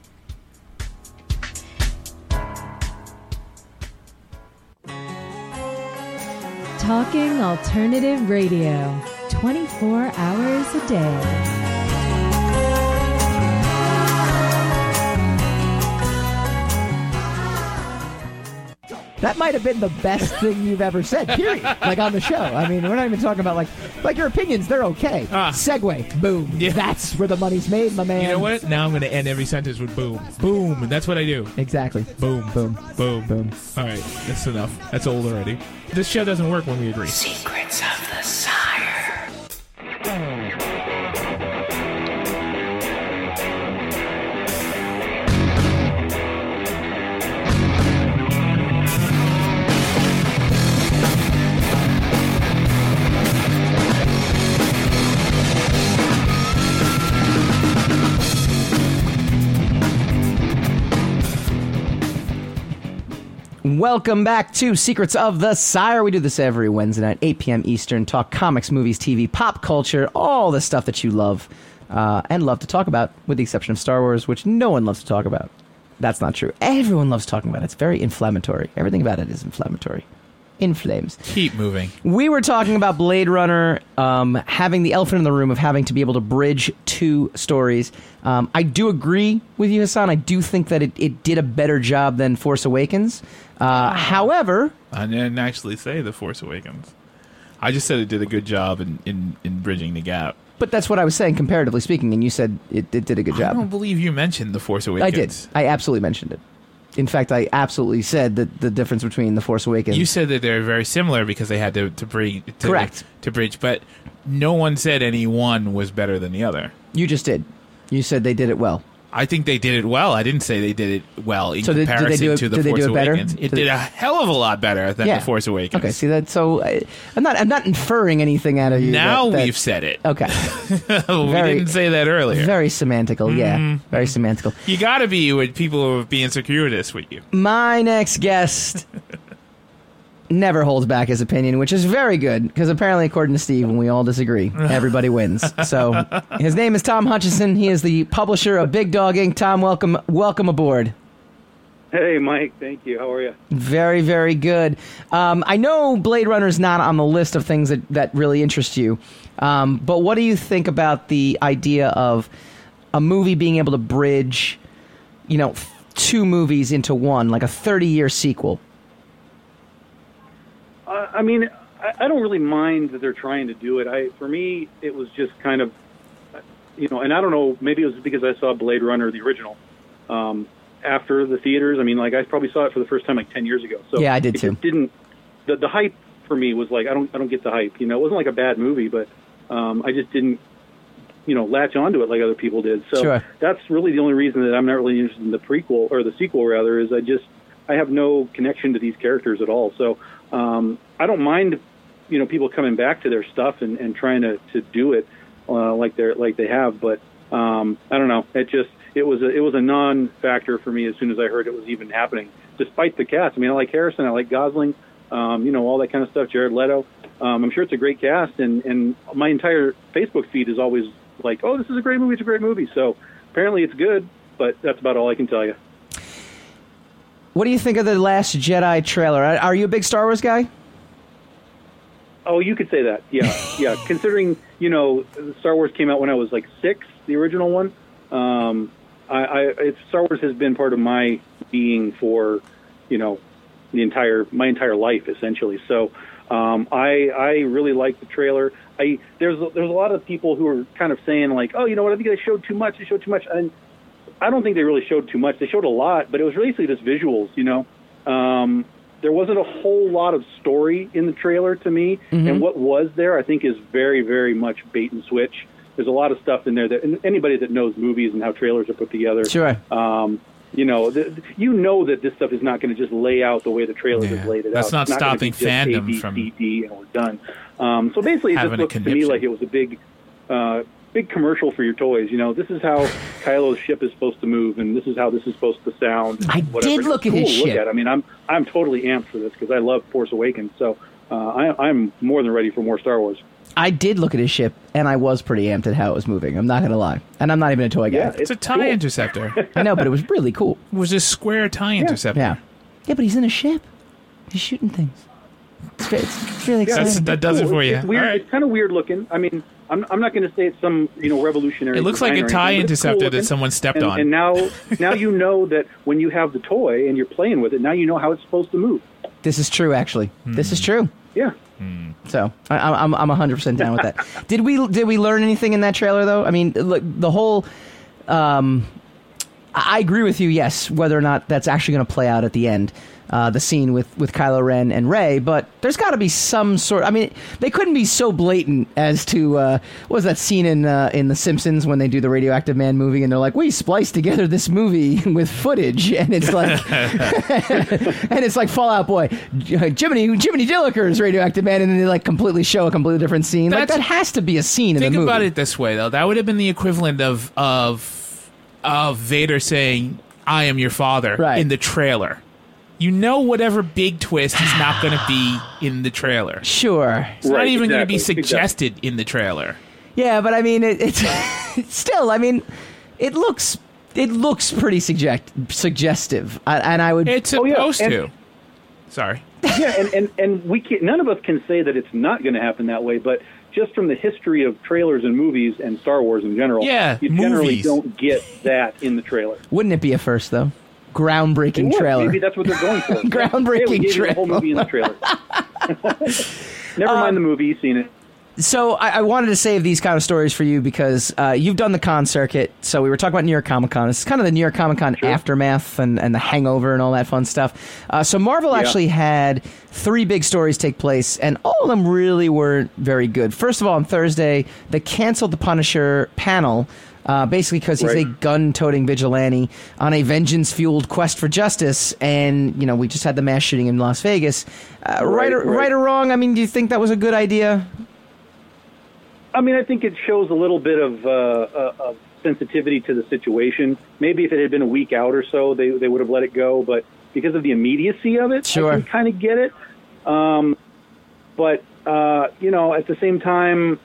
Talking Alternative Radio, 24 hours a day.
That might have been the best thing you've ever said, period. like on the show. I mean, we're not even talking about like like your opinions, they're okay. Segway, boom. That's where the money's made, my man.
Ah. You know what? Now I'm going to end every sentence with boom. Boom. And that's what I do.
Exactly.
Boom. Boom. Boom. Boom. All right. That's enough. That's old already. This show doesn't work when we agree.
Secrets of the Sire.
Welcome back to Secrets of the Sire. We do this every Wednesday night, 8 p.m. Eastern. Talk comics, movies, TV, pop culture, all the stuff that you love uh, and love to talk about, with the exception of Star Wars, which no one loves to talk about. That's not true. Everyone loves talking about it. It's very inflammatory. Everything about it is inflammatory. In flames.
Keep moving.
We were talking about Blade Runner um, having the elephant in the room of having to be able to bridge two stories. Um, I do agree with you, Hassan. I do think that it, it did a better job than Force Awakens.
Ah.
Uh, however,
I didn't actually say The Force Awakens. I just said it did a good job in, in, in bridging the gap.
but that's what I was saying, comparatively speaking, and you said it, it did a good
I don't
job.
believe you mentioned The Force Awakens.
I did. I absolutely mentioned it. In fact, I absolutely said that the difference between The Force Awakens.
You said that they're very similar because they had to, to bridge. To,
Correct.
To bridge, but no one said any one was better than the other.
You just did. You said they did it well.
I think they did it well. I didn't say they did it well in
So did- did they
comparison
do it-
to the
did they do
Force
it better?
Awakens. It
Did
did
they-
a hell of a lot better than the Force Awakens.
Okay, see that. So I, I'm not. I'm not inferring anything out of you.
now
that- that-
we've said it.
Okay.
we
Very-
didn't say that earlier.
Very semantical. Yeah. Very semantical.
you got to be with people who are being circuitous with you.
My next guest never holds back his opinion, which is very good because apparently, according to Steve, when we all disagree, everybody wins. So his name is Tom Hutchison. He is the publisher of Big Dog Inc. Tom, welcome, welcome aboard.
Hey, Mike. Thank you. How are you?
Very, very good. Um, I know Blade Runner is not on the list of things that, that really interest you, um, but what do you think about the idea of a movie being able to bridge, you know, f- two movies into one, like a 30 year sequel?
Uh, I mean, I, I don't really mind that they're trying to do it. I, for me, it was just kind of, you know, and I don't know. Maybe it was because I saw Blade Runner the original um, after the theaters. I mean, like I probably saw it for the first time like ten years ago. So
Yeah, I did
it
too.
just Didn't the the hype for me was like I don't I don't get the hype. You know, it wasn't like a bad movie, but um, I just didn't. You know, latch onto it like other people did. So
Sure.
that's really the only reason that I'm not really interested in the prequel or the sequel, rather, is I just I have no connection to these characters at all. So um, I don't mind, you know, people coming back to their stuff and, and trying to, to do it uh, like they're like they have. But um, I don't know. It just it was a, it was a non-factor for me as soon as I heard it was even happening. Despite the cast, I mean, I like Harrison, I like Gosling, um, you know, all that kind of stuff. Jared Leto. Um, I'm sure it's a great cast, and and my entire Facebook feed is always like, oh, this is a great movie. It's a great movie. So apparently it's good, but that's about all I can tell you.
What do you think of the Last Jedi trailer? Are are you a big Star Wars guy?
Oh, you could say that. Yeah, yeah. Considering you know, Star Wars came out when I was like six, the original one. Um, I, I it's, Star Wars has been part of my being for you know the entire my entire life essentially. So um, I I really like the trailer. I there's there's a lot of people who are kind of saying like, oh, you know what? I think they showed too much. They showed too much, and I don't think they really showed too much. They showed a lot, but it was basically just visuals. You know, um, there wasn't a whole lot of story in the trailer to me,
Mhm.
and what was there, I think, is very very much bait and switch. There's a lot of stuff in there that and anybody that knows movies and how trailers are put together,
Sure.
Um, you know, th th- you know that this stuff is not going to just lay out the way the trailers have laid it
That's
out.
not
It's gonna
stopping
be just A,
fandom
B,
from-
C, D, and we're done. Um, so basically, it just
Having a
looks to me
conniption.
like it was a big, uh, big commercial for your toys. You know, this is how Kylo's ship is supposed to move, and this is how this is supposed to sound. I
did look at
cool
his
to look
ship.
At. I mean, I'm I'm totally amped for this because I love Force Awakens. So uh, I, I'm more than ready for more Star Wars.
I did look at his ship, and I was pretty amped at how it was moving. I'm not gonna lie, and I'm not even a toy guy.
Yeah, it's a tie interceptor.
I know, but it was really cool.
It was a square tie interceptor.
Yeah, yeah, but he's in a ship. He's shooting things. It's, it's really exciting.
Yeah, it's- it's cool. It's, it's weird. It's kind of weird looking. I mean, I'm, I'm not going to say it's some you know revolutionary.
It looks like
design
a
or
tie
anything, but it's cool
interceptor that
looking.
someone stepped
And-
on.
And now, now you know that when you have the toy and you're playing with it, now you know how it's supposed to move.
This is true, actually. This is true.
Yeah.
So I, I'm I'm 100 percent down with that. did we did we learn anything in that trailer though? I mean, look, the whole. Um, I I agree with you. Yes, whether or not that's actually going to play out at the end, uh, the scene with with Kylo Ren and Rey, but there's got to be some sort. I mean, they couldn't be so blatant as to uh, what was that scene in uh, in The Simpsons when they do the Radioactive Man movie and they're like, we spliced together this movie with footage, and it's like and it's like Fallout Boy, J- uh, Jiminy Jiminy Dilliker's radioactive man, and then they like completely show a completely different scene. like
That's-
that has to be a scene in
Think
the movie.
about it this way, though. That would have been the equivalent of of of Vader saying, "I am your father" in the trailer. You know, whatever big twist is not going to be in the trailer.
Sure,
it's not even going to be suggested in the trailer.
Yeah, but I mean, it, it's it's still. I mean, it looks it looks pretty suggest, suggestive, I, and I would.
It's
Oh, yeah, supposed and- to.
Sorry.
yeah, and, and and we can none of us can say that it's not going to happen that way, but just from the history of trailers and movies and Star Wars in general,
Yeah,
you generally
movies.
don't get that in the trailer.
Wouldn't it be a first though?
It
Groundbreaking
was.
trailer.
Maybe that's what they're going for.
Groundbreaking
hey, we gave you the whole
trailer.
movie in the trailer. Never mind the movie. You've seen it.
so I, I wanted to save these kind of stories for you because uh, you've done the con circuit. So we were talking about New York Comic Con. It's kind of the New York Comic Con aftermath and, and the hangover and all that fun stuff. Uh, so Marvel
Yeah.
actually had three big stories take place, and all of them really weren't very good. First of all, on Thursday, they canceled the Punisher panel. Uh, basically, because he's a
Right.
gun-toting vigilante on a vengeance-fueled quest for justice, and you know we just had the mass shooting in Las Vegas. Uh, right,
Right,
or,
right.
right or wrong? I mean, do you think that was a good idea?
I mean, I think it shows a little bit of, uh, uh, of sensitivity to the situation. Maybe if it had been a week out or so, they, they would have let it go. But because of the immediacy of it, I can kind of get it. Um, but, uh, you know, at the same time,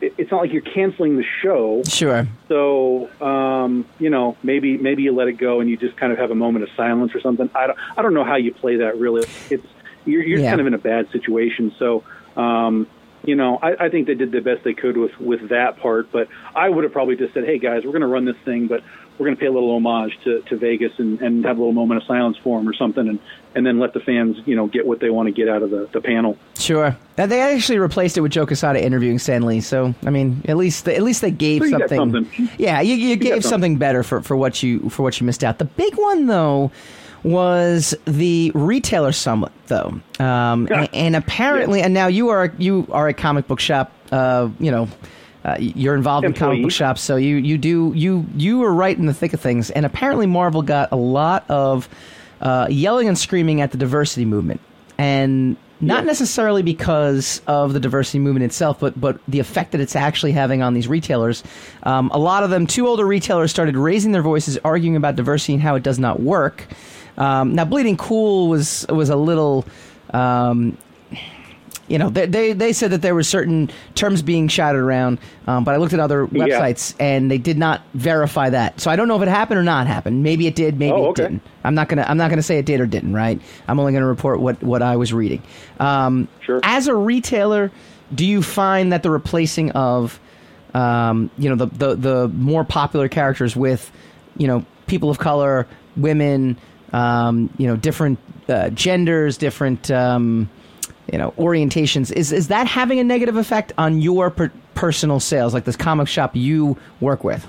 it, it's not like you're canceling the show.
Sure.
So, um, you know, maybe maybe you let it go and you just kind of have a moment of silence or something. I don't, I don't know how you play that really. It's you're, you're
Yeah.
kind of in a bad situation. So, um, you know, I, I think they did the best they could with with that part. But I would have probably just said, "Hey guys, we're going to run this thing, but we're going to pay a little homage to, to Vegas and, and have a little moment of silence for them or something, and and then let the fans, you know, get what they want to get out of the, the panel."
Sure. Uh, They actually replaced it with Joe Casada interviewing Stan Lee. So I mean, at least they, at least they gave
So you got
something.
something.
Yeah, you, you, gave
something.
something better for, for what you for what you missed out. The big one though was the retailer summit though, um, a- and, apparently, and now you are you are a comic book shop. Uh, you know. Uh, you're involved in comic
Employee.
book shops, so you you do you you were right in the thick of things. And apparently, Marvel got a lot of uh, yelling and screaming at the diversity movement, and not necessarily because of the diversity movement itself, but but the effect that it's actually having on these retailers. Um, a lot of them, two older retailers, started raising their voices, arguing about diversity and how it does not work. Um, now, Bleeding Cool was was a little. Um, you know, they, they, they said that there were certain terms being shouted around, um, but I looked at other
Yeah.
websites and they did not verify that. So I don't know if it happened or not happened. Maybe it did. Maybe
Oh,
it
okay.
didn't. I'm not gonna I'm not gonna say it did or didn't. Right. I'm only gonna report what what I was reading. Um, sure. As a retailer, do you find that the replacing of um, you know the, the the more popular characters with you know people of color, women, um, you know different uh, genders, different um, you know orientations is is that having a negative effect on your per- personal sales, like this comic shop you work with?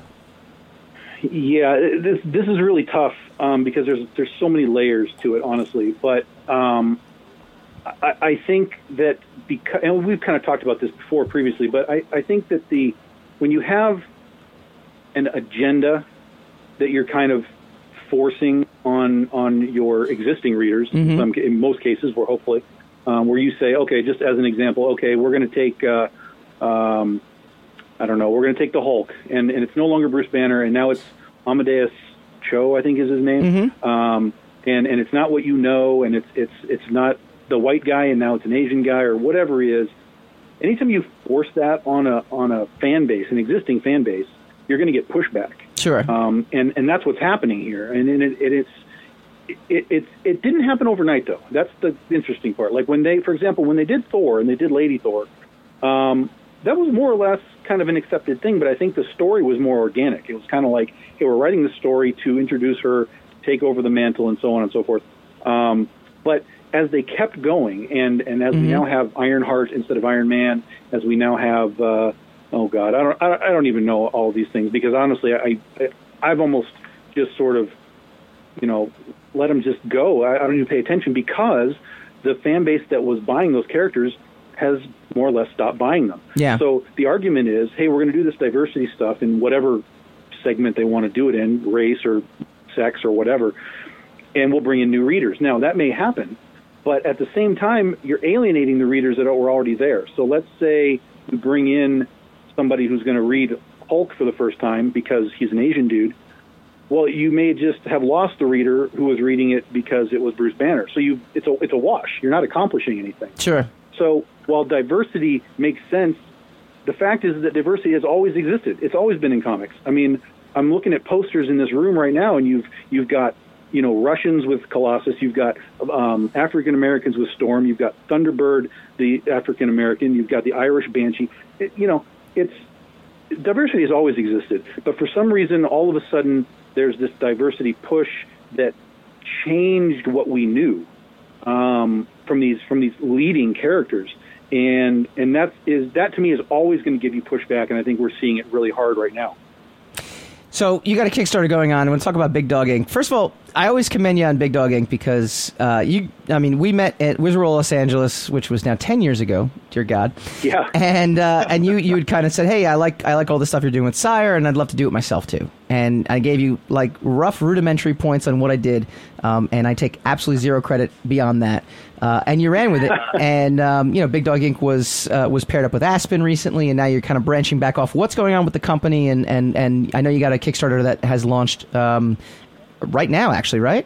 Yeah, this this is really tough um, because there's there's so many layers to it, honestly. But um, I, I think that because and we've kind of talked about this before previously, but I, I think that the when you have an agenda that you're kind of forcing on on your existing readers, in,
Mhm.
some, ca- in most cases, or hopefully, um, where you say, okay, just as an example, okay, we're going to take. Uh, um, I don't know. We're going to take the Hulk, and, and it's no longer Bruce Banner, and now it's Amadeus Cho, I think is his name. Um, and and it's not what you know, and it's it's it's not the white guy, and now it's an Asian guy or whatever he is. Anytime you force that on a on a fan base, an existing fan base, you're going to get pushback.
Sure.
Um, and and that's what's happening here. And, and it, it, it's it, it it didn't happen overnight though. That's the interesting part. Like when they, for example, when they did Thor and they did Lady Thor, um, that was more or less kind of an accepted thing. But I think the story was more organic. It was kind of like, hey, we're writing the story to introduce her, take over the mantle, and so on and so forth. Um, but as they kept going, and and as
Mhm.
we now have Ironheart instead of Iron Man, as we now have uh, oh god, I don't I don't- I don't even know all these things because honestly, I, I I've almost just sort of you know, let them just go. I, I don't even pay attention because the fan base that was buying those characters has more or less stopped buying them.
Yeah.
So the argument is, hey, we're going to do this diversity stuff in whatever segment they want to do it in, race or sex or whatever, and we'll bring in new readers. Now that may happen, but at the same time, you're alienating the readers that were already there. So let's say you bring in somebody who's going to read Hulk for the first time because he's an Asian dude. Well, you may just have lost the reader who was reading it because it was Bruce Banner. So you, it's a it's a wash. You're not accomplishing anything.
Sure.
So while diversity makes sense, the fact is that diversity has always existed. It's always been in comics. I mean, I'm looking at posters in this room right now, and you've you've got you know Russians with Colossus, you've got um, African Americans with Storm, you've got Thunderbird, the African American, you've got the Irish Banshee. It, you know, it's diversity has always existed, but for some reason, all of a sudden, there's this diversity push that changed what we knew um, from these from these leading characters, and and that is that to me is always going to give you pushback, and I think we're seeing it really hard right now.
So you got a Kickstarter going on. I want to talk about Big Dog Inc. First of all, I always commend you on Big Dog Inc. because uh, you, I mean, we met at Wizard World Los Angeles, which was now ten years ago. Dear God.
Yeah.
And uh, and you you had kind of said, hey, I like I like all the stuff you're doing with Sire, and I'd love to do it myself too. And I gave you like rough rudimentary points on what I did, um, and I take absolutely zero credit beyond that. Uh, and you ran with it, and um, you know, Big Dog Inc. was uh, was paired up with Aspen recently, and now you're kind of branching back off. What's going on with the company? And and and I know you got a Kickstarter that has launched um, right now, actually, right?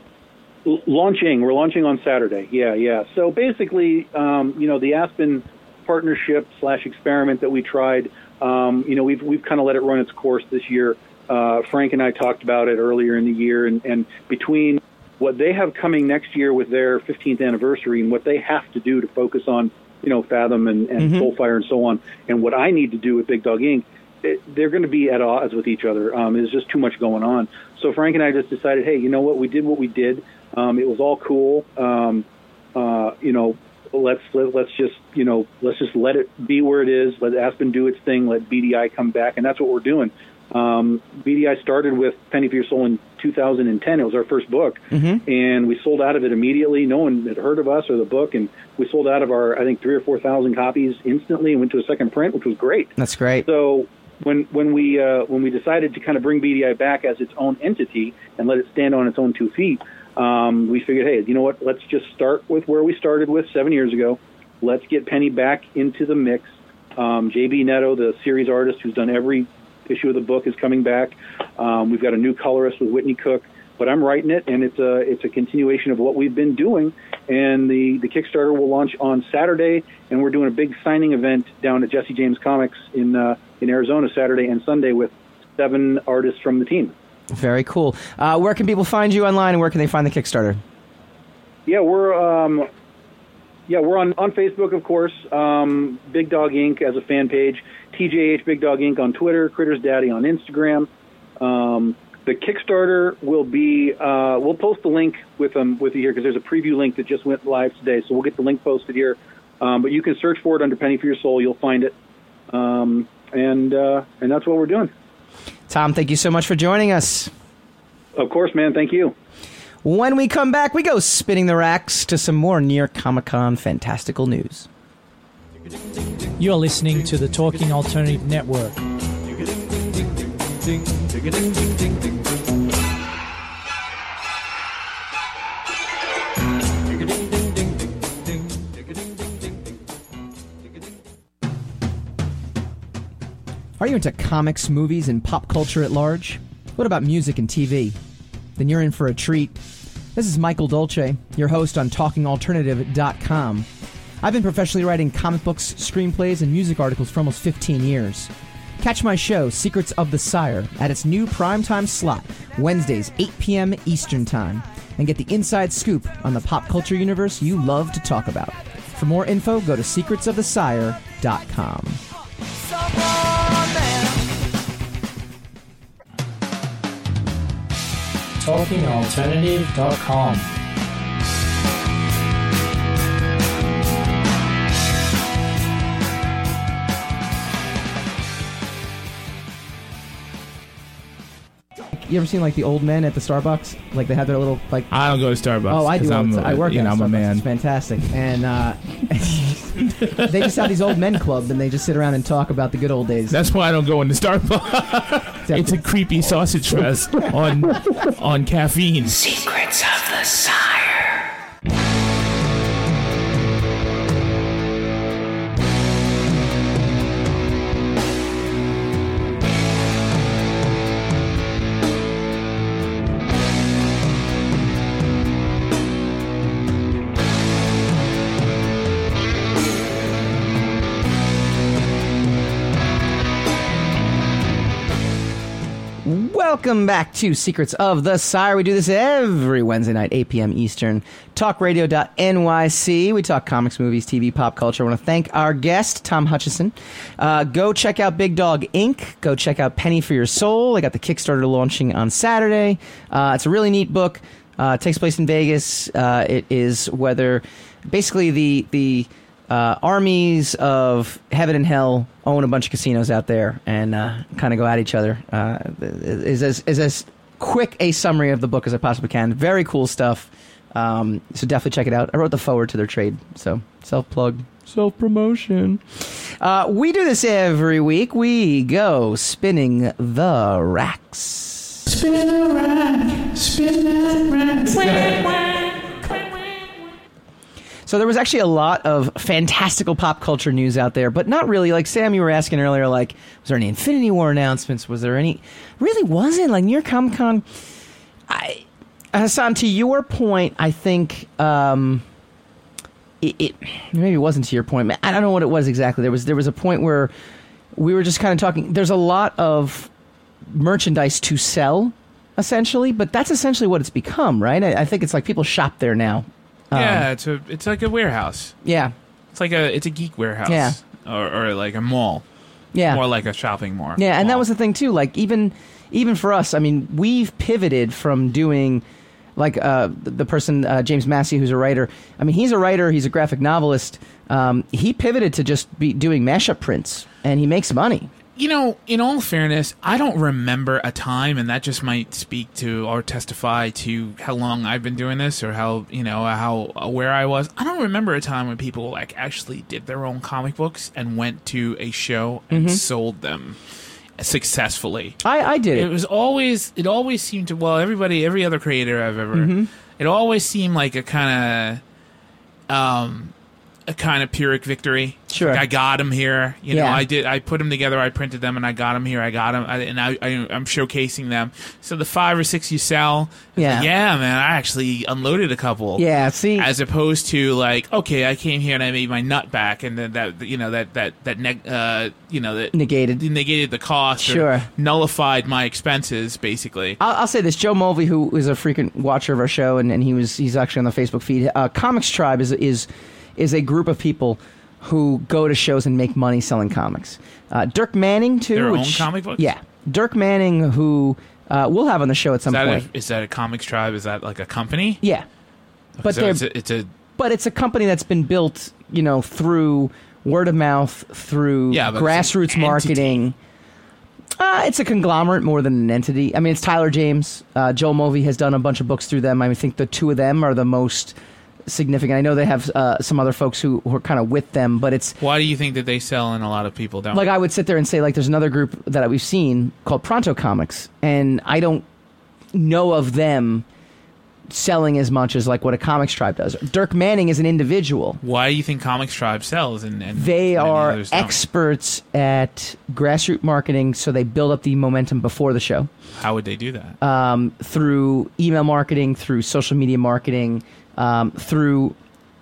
L- launching. We're launching on Saturday. Yeah, yeah. So basically, um, you know, the Aspen partnership slash experiment that we tried, um, you know, we've we've kind of let it run its course this year. Uh, Frank and I talked about it earlier in the year, and, and between what they have coming next year with their 15th anniversary and what they have to do to focus on, you know, Fathom and, and
Mhm.
Soulfire and so on, and what I need to do with Big Dog Inc., it- they're going to be at odds with each other. Um, there's just too much going on. So Frank and I just decided, hey, you know what? We did what we did. Um, it was all cool. Um, uh, you know, let's let, let's just you know let's just let it be where it is. Let Aspen do its thing. Let BDI come back, and that's what we're doing. Um, BDI started with Penny for Your Soul in 2010. It was our first book,
Mm-hmm.
and we sold out of it immediately. No one had heard of us or the book, and we sold out of our I think three or four thousand copies instantly, and went to a second print, which was great.
That's great.
So when when we uh, when we decided to kind of bring BDI back as its own entity and let it stand on its own two feet, um, we figured, hey, you know what? Let's just start with where we started with seven years ago. Let's get Penny back into the mix. Um, JB Neto, the series artist who's done every issue of the book, is coming back. Um, we've got a new colorist with Whitney Cook. but I'm writing it, and it's a it's a continuation of what we've been doing. And the the Kickstarter will launch on Saturday, and we're doing a big signing event down at Jesse James Comics in uh, in Arizona Saturday and Sunday with seven artists from the team.
Very cool. Uh, where can people find you online, and where can they find the Kickstarter?
Yeah, we're um, yeah we're on on Facebook, of course. Um, Big Dog Inc. as a fan page. TJH Big Dog Inc. on Twitter. Critters Daddy on Instagram. Um, the Kickstarter will be uh, we'll post the link with um with you here because there's a preview link that just went live today, so we'll get the link posted here. Um, but you can search for it under Penny for Your Soul, you'll find it. Um, and uh, and that's what we're doing.
Tom, thank you so much for joining us.
Of course, man. Thank you.
When we come back, we go spinning the racks to some more near Comic Con fantastical news.
You're listening to the Talking Alternative Network.
Are you into comics, movies, and pop culture at large? What about music and TV? Then you're in for a treat. This is Michael Dolce, your host on TalkingAlternative.com. I've been professionally writing comic books, screenplays, and music articles for almost 15 years. Catch my show, Secrets of the Sire, at its new primetime slot, Wednesdays, 8 p.m. Eastern Time, and get the inside scoop on the pop culture universe you love to talk about. For more info, go to secretsofthesire.com.
TalkingAlternative.com.
You ever seen like the old men at the Starbucks? Like they have their little like.
I don't go to Starbucks.
Oh, I do.
'cause
all the
I'm,
time. I work.
You
at
know, I'm a
Starbucks.
man.
It's fantastic, and uh, they just have these old men club, and they just sit around and talk about the good old days.
That's why I don't go into Starbucks. it's a creepy sausage fest on on caffeine.
Secrets of the Sire.
Welcome back to Secrets of the Sire. We do this every Wednesday night, 8 p.m. Eastern. TalkRadio.nyc. We talk comics, movies, TV, pop culture. I want to thank our guest, Tom Hutchison. Uh, go check out Big Dog Inc. Go check out Penny for Your Soul. They got the Kickstarter launching on Saturday. Uh, it's a really neat book. Uh, it takes place in Vegas. Uh, it is whether basically the the uh, armies of heaven and hell own a bunch of casinos out there and uh, kind of go at each other. Uh, is as is as quick a summary of the book as I possibly can. Very cool stuff. Um, so definitely check it out. I wrote the forward to their trade. So self plug, self promotion. Uh, we do this every week. We go spinning the racks.
Spin around, spin around,
Wah, So there was actually a lot of fantastical pop culture news out there, but not really. Like Sam, you were asking earlier, like, was there any Infinity War announcements? Was there any? Really wasn't. Like near Comic Con, I Hassan, to your point, I think um, it, it maybe it wasn't to your point. I don't know what it was exactly. There was there was a point where we were just kind of talking. There's a lot of merchandise to sell, essentially, but that's essentially what it's become, right? I, I think it's like people shop there now. Um,
yeah, it's a it's like a warehouse.
yeah.
It's like a it's a geek warehouse.
Yeah.
Or, or like a mall.
Yeah.
More like a shopping mall.
Yeah, and that was the thing too. Like even even for us, I mean, we've pivoted from doing like uh, the- the person uh, James Massey, who's a writer. I mean, he's a writer. He's a graphic novelist. Um, he pivoted to just be doing mashup prints, and he makes money.
You know, in all fairness, I don't remember a time, and that just might speak to or testify to how long I've been doing this, or how you know how aware I was. I don't remember a time when people like actually did their own comic books and went to a show and
Mhm.
sold them successfully.
I, I did it.
It was always it always seemed to well everybody every other
Mm-hmm.
creator I've ever
Mhm.
it always seemed like a kind of um a kind of pyrrhic victory.
Sure,
I got him here. You know,
Yeah.
I did. I put them together. I printed them, and I got them here. I got them, I, and I, I, I'm showcasing them. So the five or six you sell, it's
Yeah.
like, yeah, man, I actually unloaded a couple.
Yeah, see,
as opposed to like, okay, I came here and I made my nut back, and then that you know that that that neg- uh, you know that
Negated.
negated the cost, or
Sure.
nullified my expenses basically.
I'll, I'll say this: Joe Mulvey, who is a frequent watcher of our show, and, and he was he's actually on the Facebook feed. Uh, comics Tribe is is is a group of people who go to shows and make money selling comics. Uh, Dirk Manning too.
Their own
which-
comic books?
Yeah, Dirk Manning, who uh, we'll have on the show at some
Is that,
point.
a, is that a comics tribe? Is that like a company?
yeah, but
so
they're-
it's a, it's a
but it's a company that's been built, you know, through word of mouth, through
Yeah, but it's
grassroots marketing. Uh, it's a conglomerate more than an entity. I mean, it's Tyler James. Uh, Joel Mulvey has done a bunch of books through them. I think the two of them are the most significant. I know they have uh, some other folks who, who are kind of with them, but it's
Why do you think that they sell and a lot of people don't?
like I would sit there and say, like, there's another group that we've seen called Pronto Comics, and I don't know of them selling as much as like what a comics tribe does. Dirk Manning is an individual.
Why do you think comics tribe sells and, and
They
many
are
others don't?
experts at grassroots marketing, so they build up the momentum before the show
How would they do that?
um, through email marketing, through social media marketing, um, through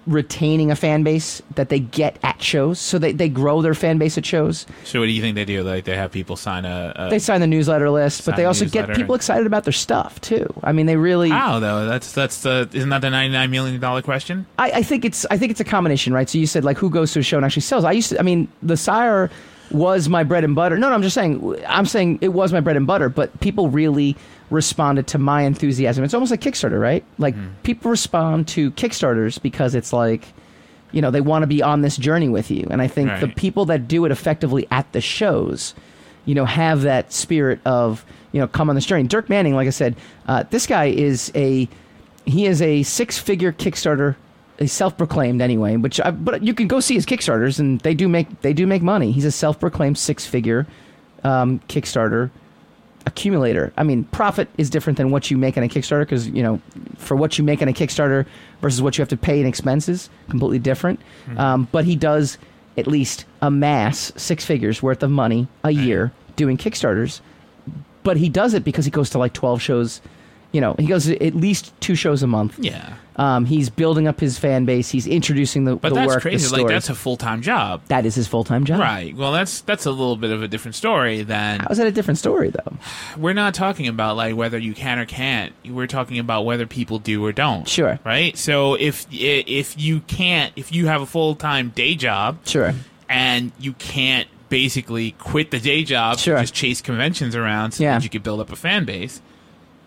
retaining a fan base that they get at shows. So they, they grow their fan base at shows.
So what do you think they do? Like they have people sign a, a
They sign the newsletter list, but
Sign
they
the
also get
newsletter
people
and-
excited about their stuff too. I mean, they really.
how though? That's that's the isn't that the ninety nine million dollar question?
I, I think it's I think it's a combination, right? So you said like who goes to a show and actually sells. I used to, I mean, the sire was my bread and butter. No, no, I'm just saying I'm saying it was my bread and butter, but people really responded to my enthusiasm. It's almost like Kickstarter, right? Like people respond to Kickstarters because it's like you know, they want to be on this journey with you. And I think the
Right.
people that do it effectively at the shows, you know, have that spirit of, you know, come on this journey. Dirk Manning, like I said, uh, this guy is a, he is a six figure Kickstarter, a self proclaimed anyway, which, I, but you can go see his Kickstarters and they do make, they do make money. He's a self proclaimed six figure um, Kickstarter accumulator. I mean, profit is different than what you make on a Kickstarter because you know, for what you make on a Kickstarter versus what you have to pay in expenses, completely different. Um, but he does at least amass six figures worth of money a year doing Kickstarters. But he does it because he goes to like twelve shows. You know, he goes to at least two shows a month.
Yeah.
Um, he's building up his fan base. He's introducing the,
But
the
that's
work.
crazy.
The
like
stories.
that's a full time job.
that is his full time job.
Right. Well, that's that's a little bit of a different story than
How is that a different story though?
we're not talking about like whether you can or can't. We're talking about whether people do or don't.
Sure.
Right. So if if you can't, if you have a full time day job,
Sure.
and you can't basically quit the day job
Sure.
to just chase conventions around so
Yeah.
that you could build up a fan base.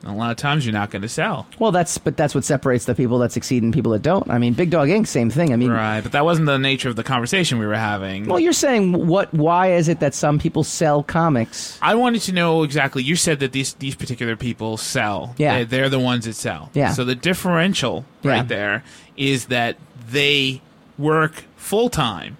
A lot of times you're not going to sell.
Well, that's but that's what separates the people that succeed and people that don't. I mean, Big Dog Inc. Same thing. I mean,
Right, but that wasn't the nature of the conversation we were having.
well, you're saying what? Why is it that some people sell comics?
I wanted to know exactly. You said that these these particular people sell.
Yeah.
They, they're the ones that sell.
Yeah.
So the differential
Yeah.
right there is that they work full time.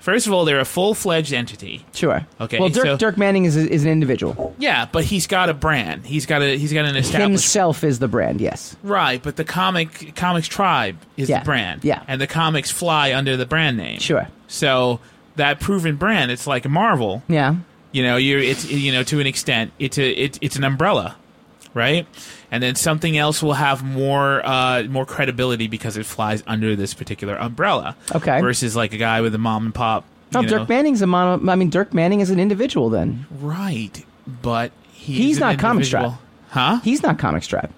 First of all, they're a full fledged entity.
Sure.
Okay,
Well, Dirk,
so-
Dirk Manning is is an individual.
Yeah, but he's got a brand. He's got a he's got an established
Himself is the brand. Yes.
Right, but the comic comics tribe is
Yeah,
the brand.
yeah.
And the comics fly under the brand name.
Sure.
So that proven brand, it's like Marvel.
Yeah.
You know, you it's you know, to an extent, it's a it, it's an umbrella. Right? And then something else will have more uh, more credibility because it flies under this particular umbrella.
Okay.
Versus like a guy with a mom and pop.
No,
you
Dirk
know.
Manning's a mono. I mean, Dirk Manning is an individual. Then
Right. But he's,
he's
an
not comic
individual.
strap. Huh? He's not comic strap.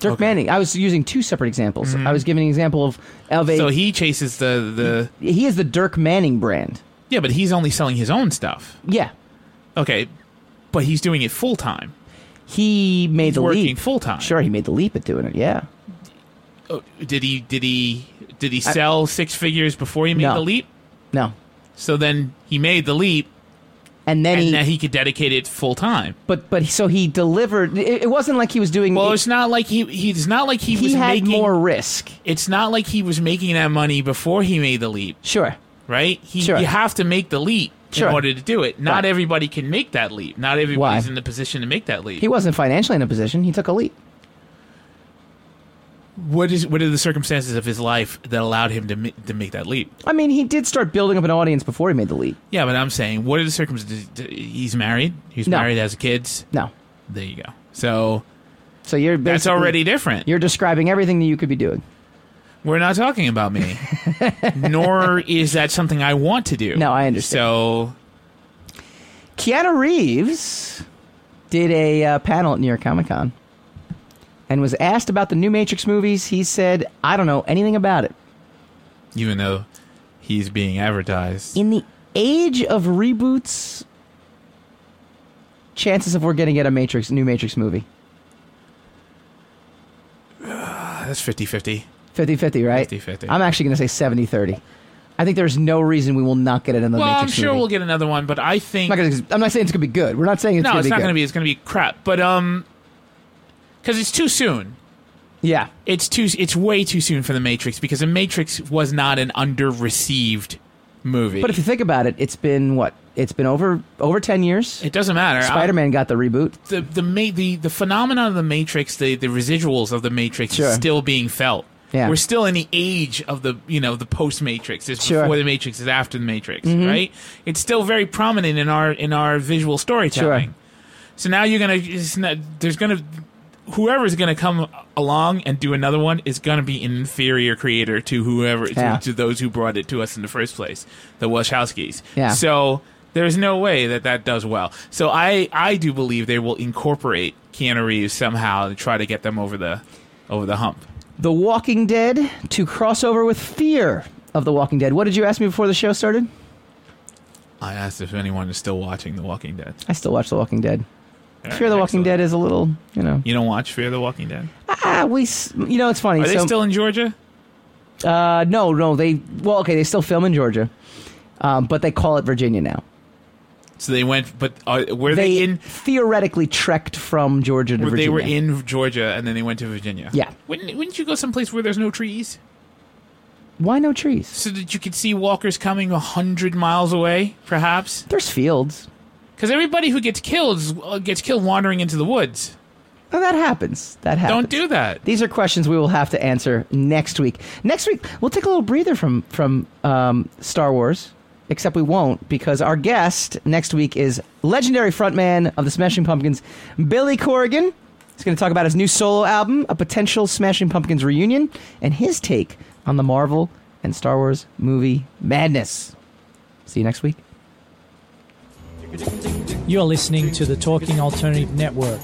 Dirk Manning. I was using two separate examples.
Mhm.
I was giving an example of of a.
So he chases the the
he is the Dirk Manning brand.
Yeah, but he's only selling his own stuff.
Yeah.
Okay, but he's doing it full time.
He made the
working
leap
full time.
Sure, he made the leap at doing it. Yeah.
Oh, did he? Did he? Did he
I-
sell six figures before he made
No.
the leap?
No.
So then he made the leap,
and then
and
he-
then he could dedicate it full time.
But but so he delivered. It, it wasn't like he was doing.
Well, it's not like he. He's not like he,
He
was
had
making
more risk.
It's not like he was making that money before he made the leap.
Sure.
Right. He,
Sure.
You have to make the leap
Sure.
in order to do it. Not
Right.
everybody can make that leap. Not everybody's
Why?
in the position to make that leap.
He wasn't financially in a position. He took a leap.
What is what are the circumstances of his life that allowed him to mi- to make that leap?
I mean, he did start building up an audience before he made the leap.
Yeah, but I'm saying, what are the circumstances? He's married. He's
No.
married, has kids.
No.
There you go. So
So you're
that's
basically-
already different.
You're describing everything that you could be doing.
We're not talking about me, nor is that something I want to do.
No, I understand.
So
Keanu Reeves did a uh, panel at New York Comic Con and was asked about the new Matrix movies. He said, "I don't know anything about it."
even though he's being advertised,
In the age of reboots, chances of we're going to get a Matrix new Matrix movie
Ah, that's 50-50.
50-50, right?
50-50.
I'm actually going to say 70-30. I think there's no reason we will not get another
Well, I'm
Matrix
sure
movie.
we'll get another one, but I think
I'm not, gonna, I'm not saying it's going to be good. We're not saying it's
no,
going
it's
to be
not
good.
going to be. It's going to be crap. But um, because it's too soon.
Yeah,
it's too. It's way too soon for the Matrix because the Matrix was not an under-received movie.
But if you think about it, it's been what? It's been over over ten years.
It doesn't matter.
Spider Man got the reboot.
the the ma- the the phenomenon of the Matrix, the the residuals of the Matrix
Sure.
is still being felt.
Yeah.
We're still in the age of the you know the post Matrix. It's
Sure.
before the Matrix. It's after the Matrix,
Mhm.
right? It's still very prominent in our in our visual storytelling. So now you're gonna it's not, there's gonna whoever's gonna come along and do another one is gonna be an inferior creator to whoever to-
Yeah.
to, those who brought it to us in the first place, the Wachowskis.
Yeah.
So there's no way that that does well. So I I do believe they will incorporate Keanu Reeves somehow to try to get them over the over the hump.
The Walking Dead to crossover with Fear of the Walking Dead. What did you ask me before the show started?
I asked if anyone is still watching The Walking Dead.
I still watch The Walking Dead.
All
Fear of the
right,
Walking Dead is a little, you know.
You don't watch Fear the Walking Dead?
Ah, we, s- you know, it's funny.
Are they
so-
still in Georgia?
Uh, no, no. They well, okay, they still film in Georgia, um, but they call it Virginia now.
So they went, but are, were they, in?
theoretically trekked from Georgia to
Were
Virginia.
they were in Georgia and then they went to Virginia.
Yeah.
Wouldn't Wouldn't you go someplace where there's no trees
Why no trees?
so that you could see walkers coming a hundred miles away, perhaps?
There's fields.
Because everybody who gets killed is- uh, gets killed wandering into the woods.
Oh, that happens. That happens.
Don't do that.
These are questions we will have to answer next week. Next week, we'll take a little breather from from um, Star Wars, except we won't because our guest next week is legendary frontman of the Smashing Pumpkins, Billy Corrigan. He's going to talk about his new solo album, a potential Smashing Pumpkins reunion, and his take on the Marvel and Star Wars movie madness. See you next week.
You're listening to the Talking Alternative Network.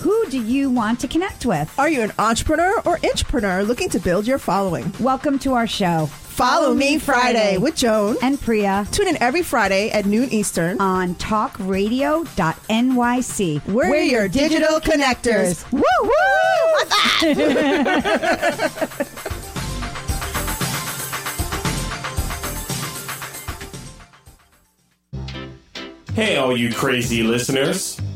Who do you want to connect with?
Are you an entrepreneur or intrapreneur looking to build your following?
Welcome to our show.
Follow Me Friday with Joan.
and Priya
Tune in every Friday at noon Eastern.
on talkradio.nyc.
We're, your digital connectors. Woo woo! What's
Hey, all you crazy listeners.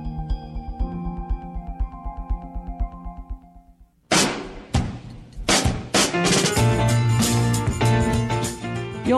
You're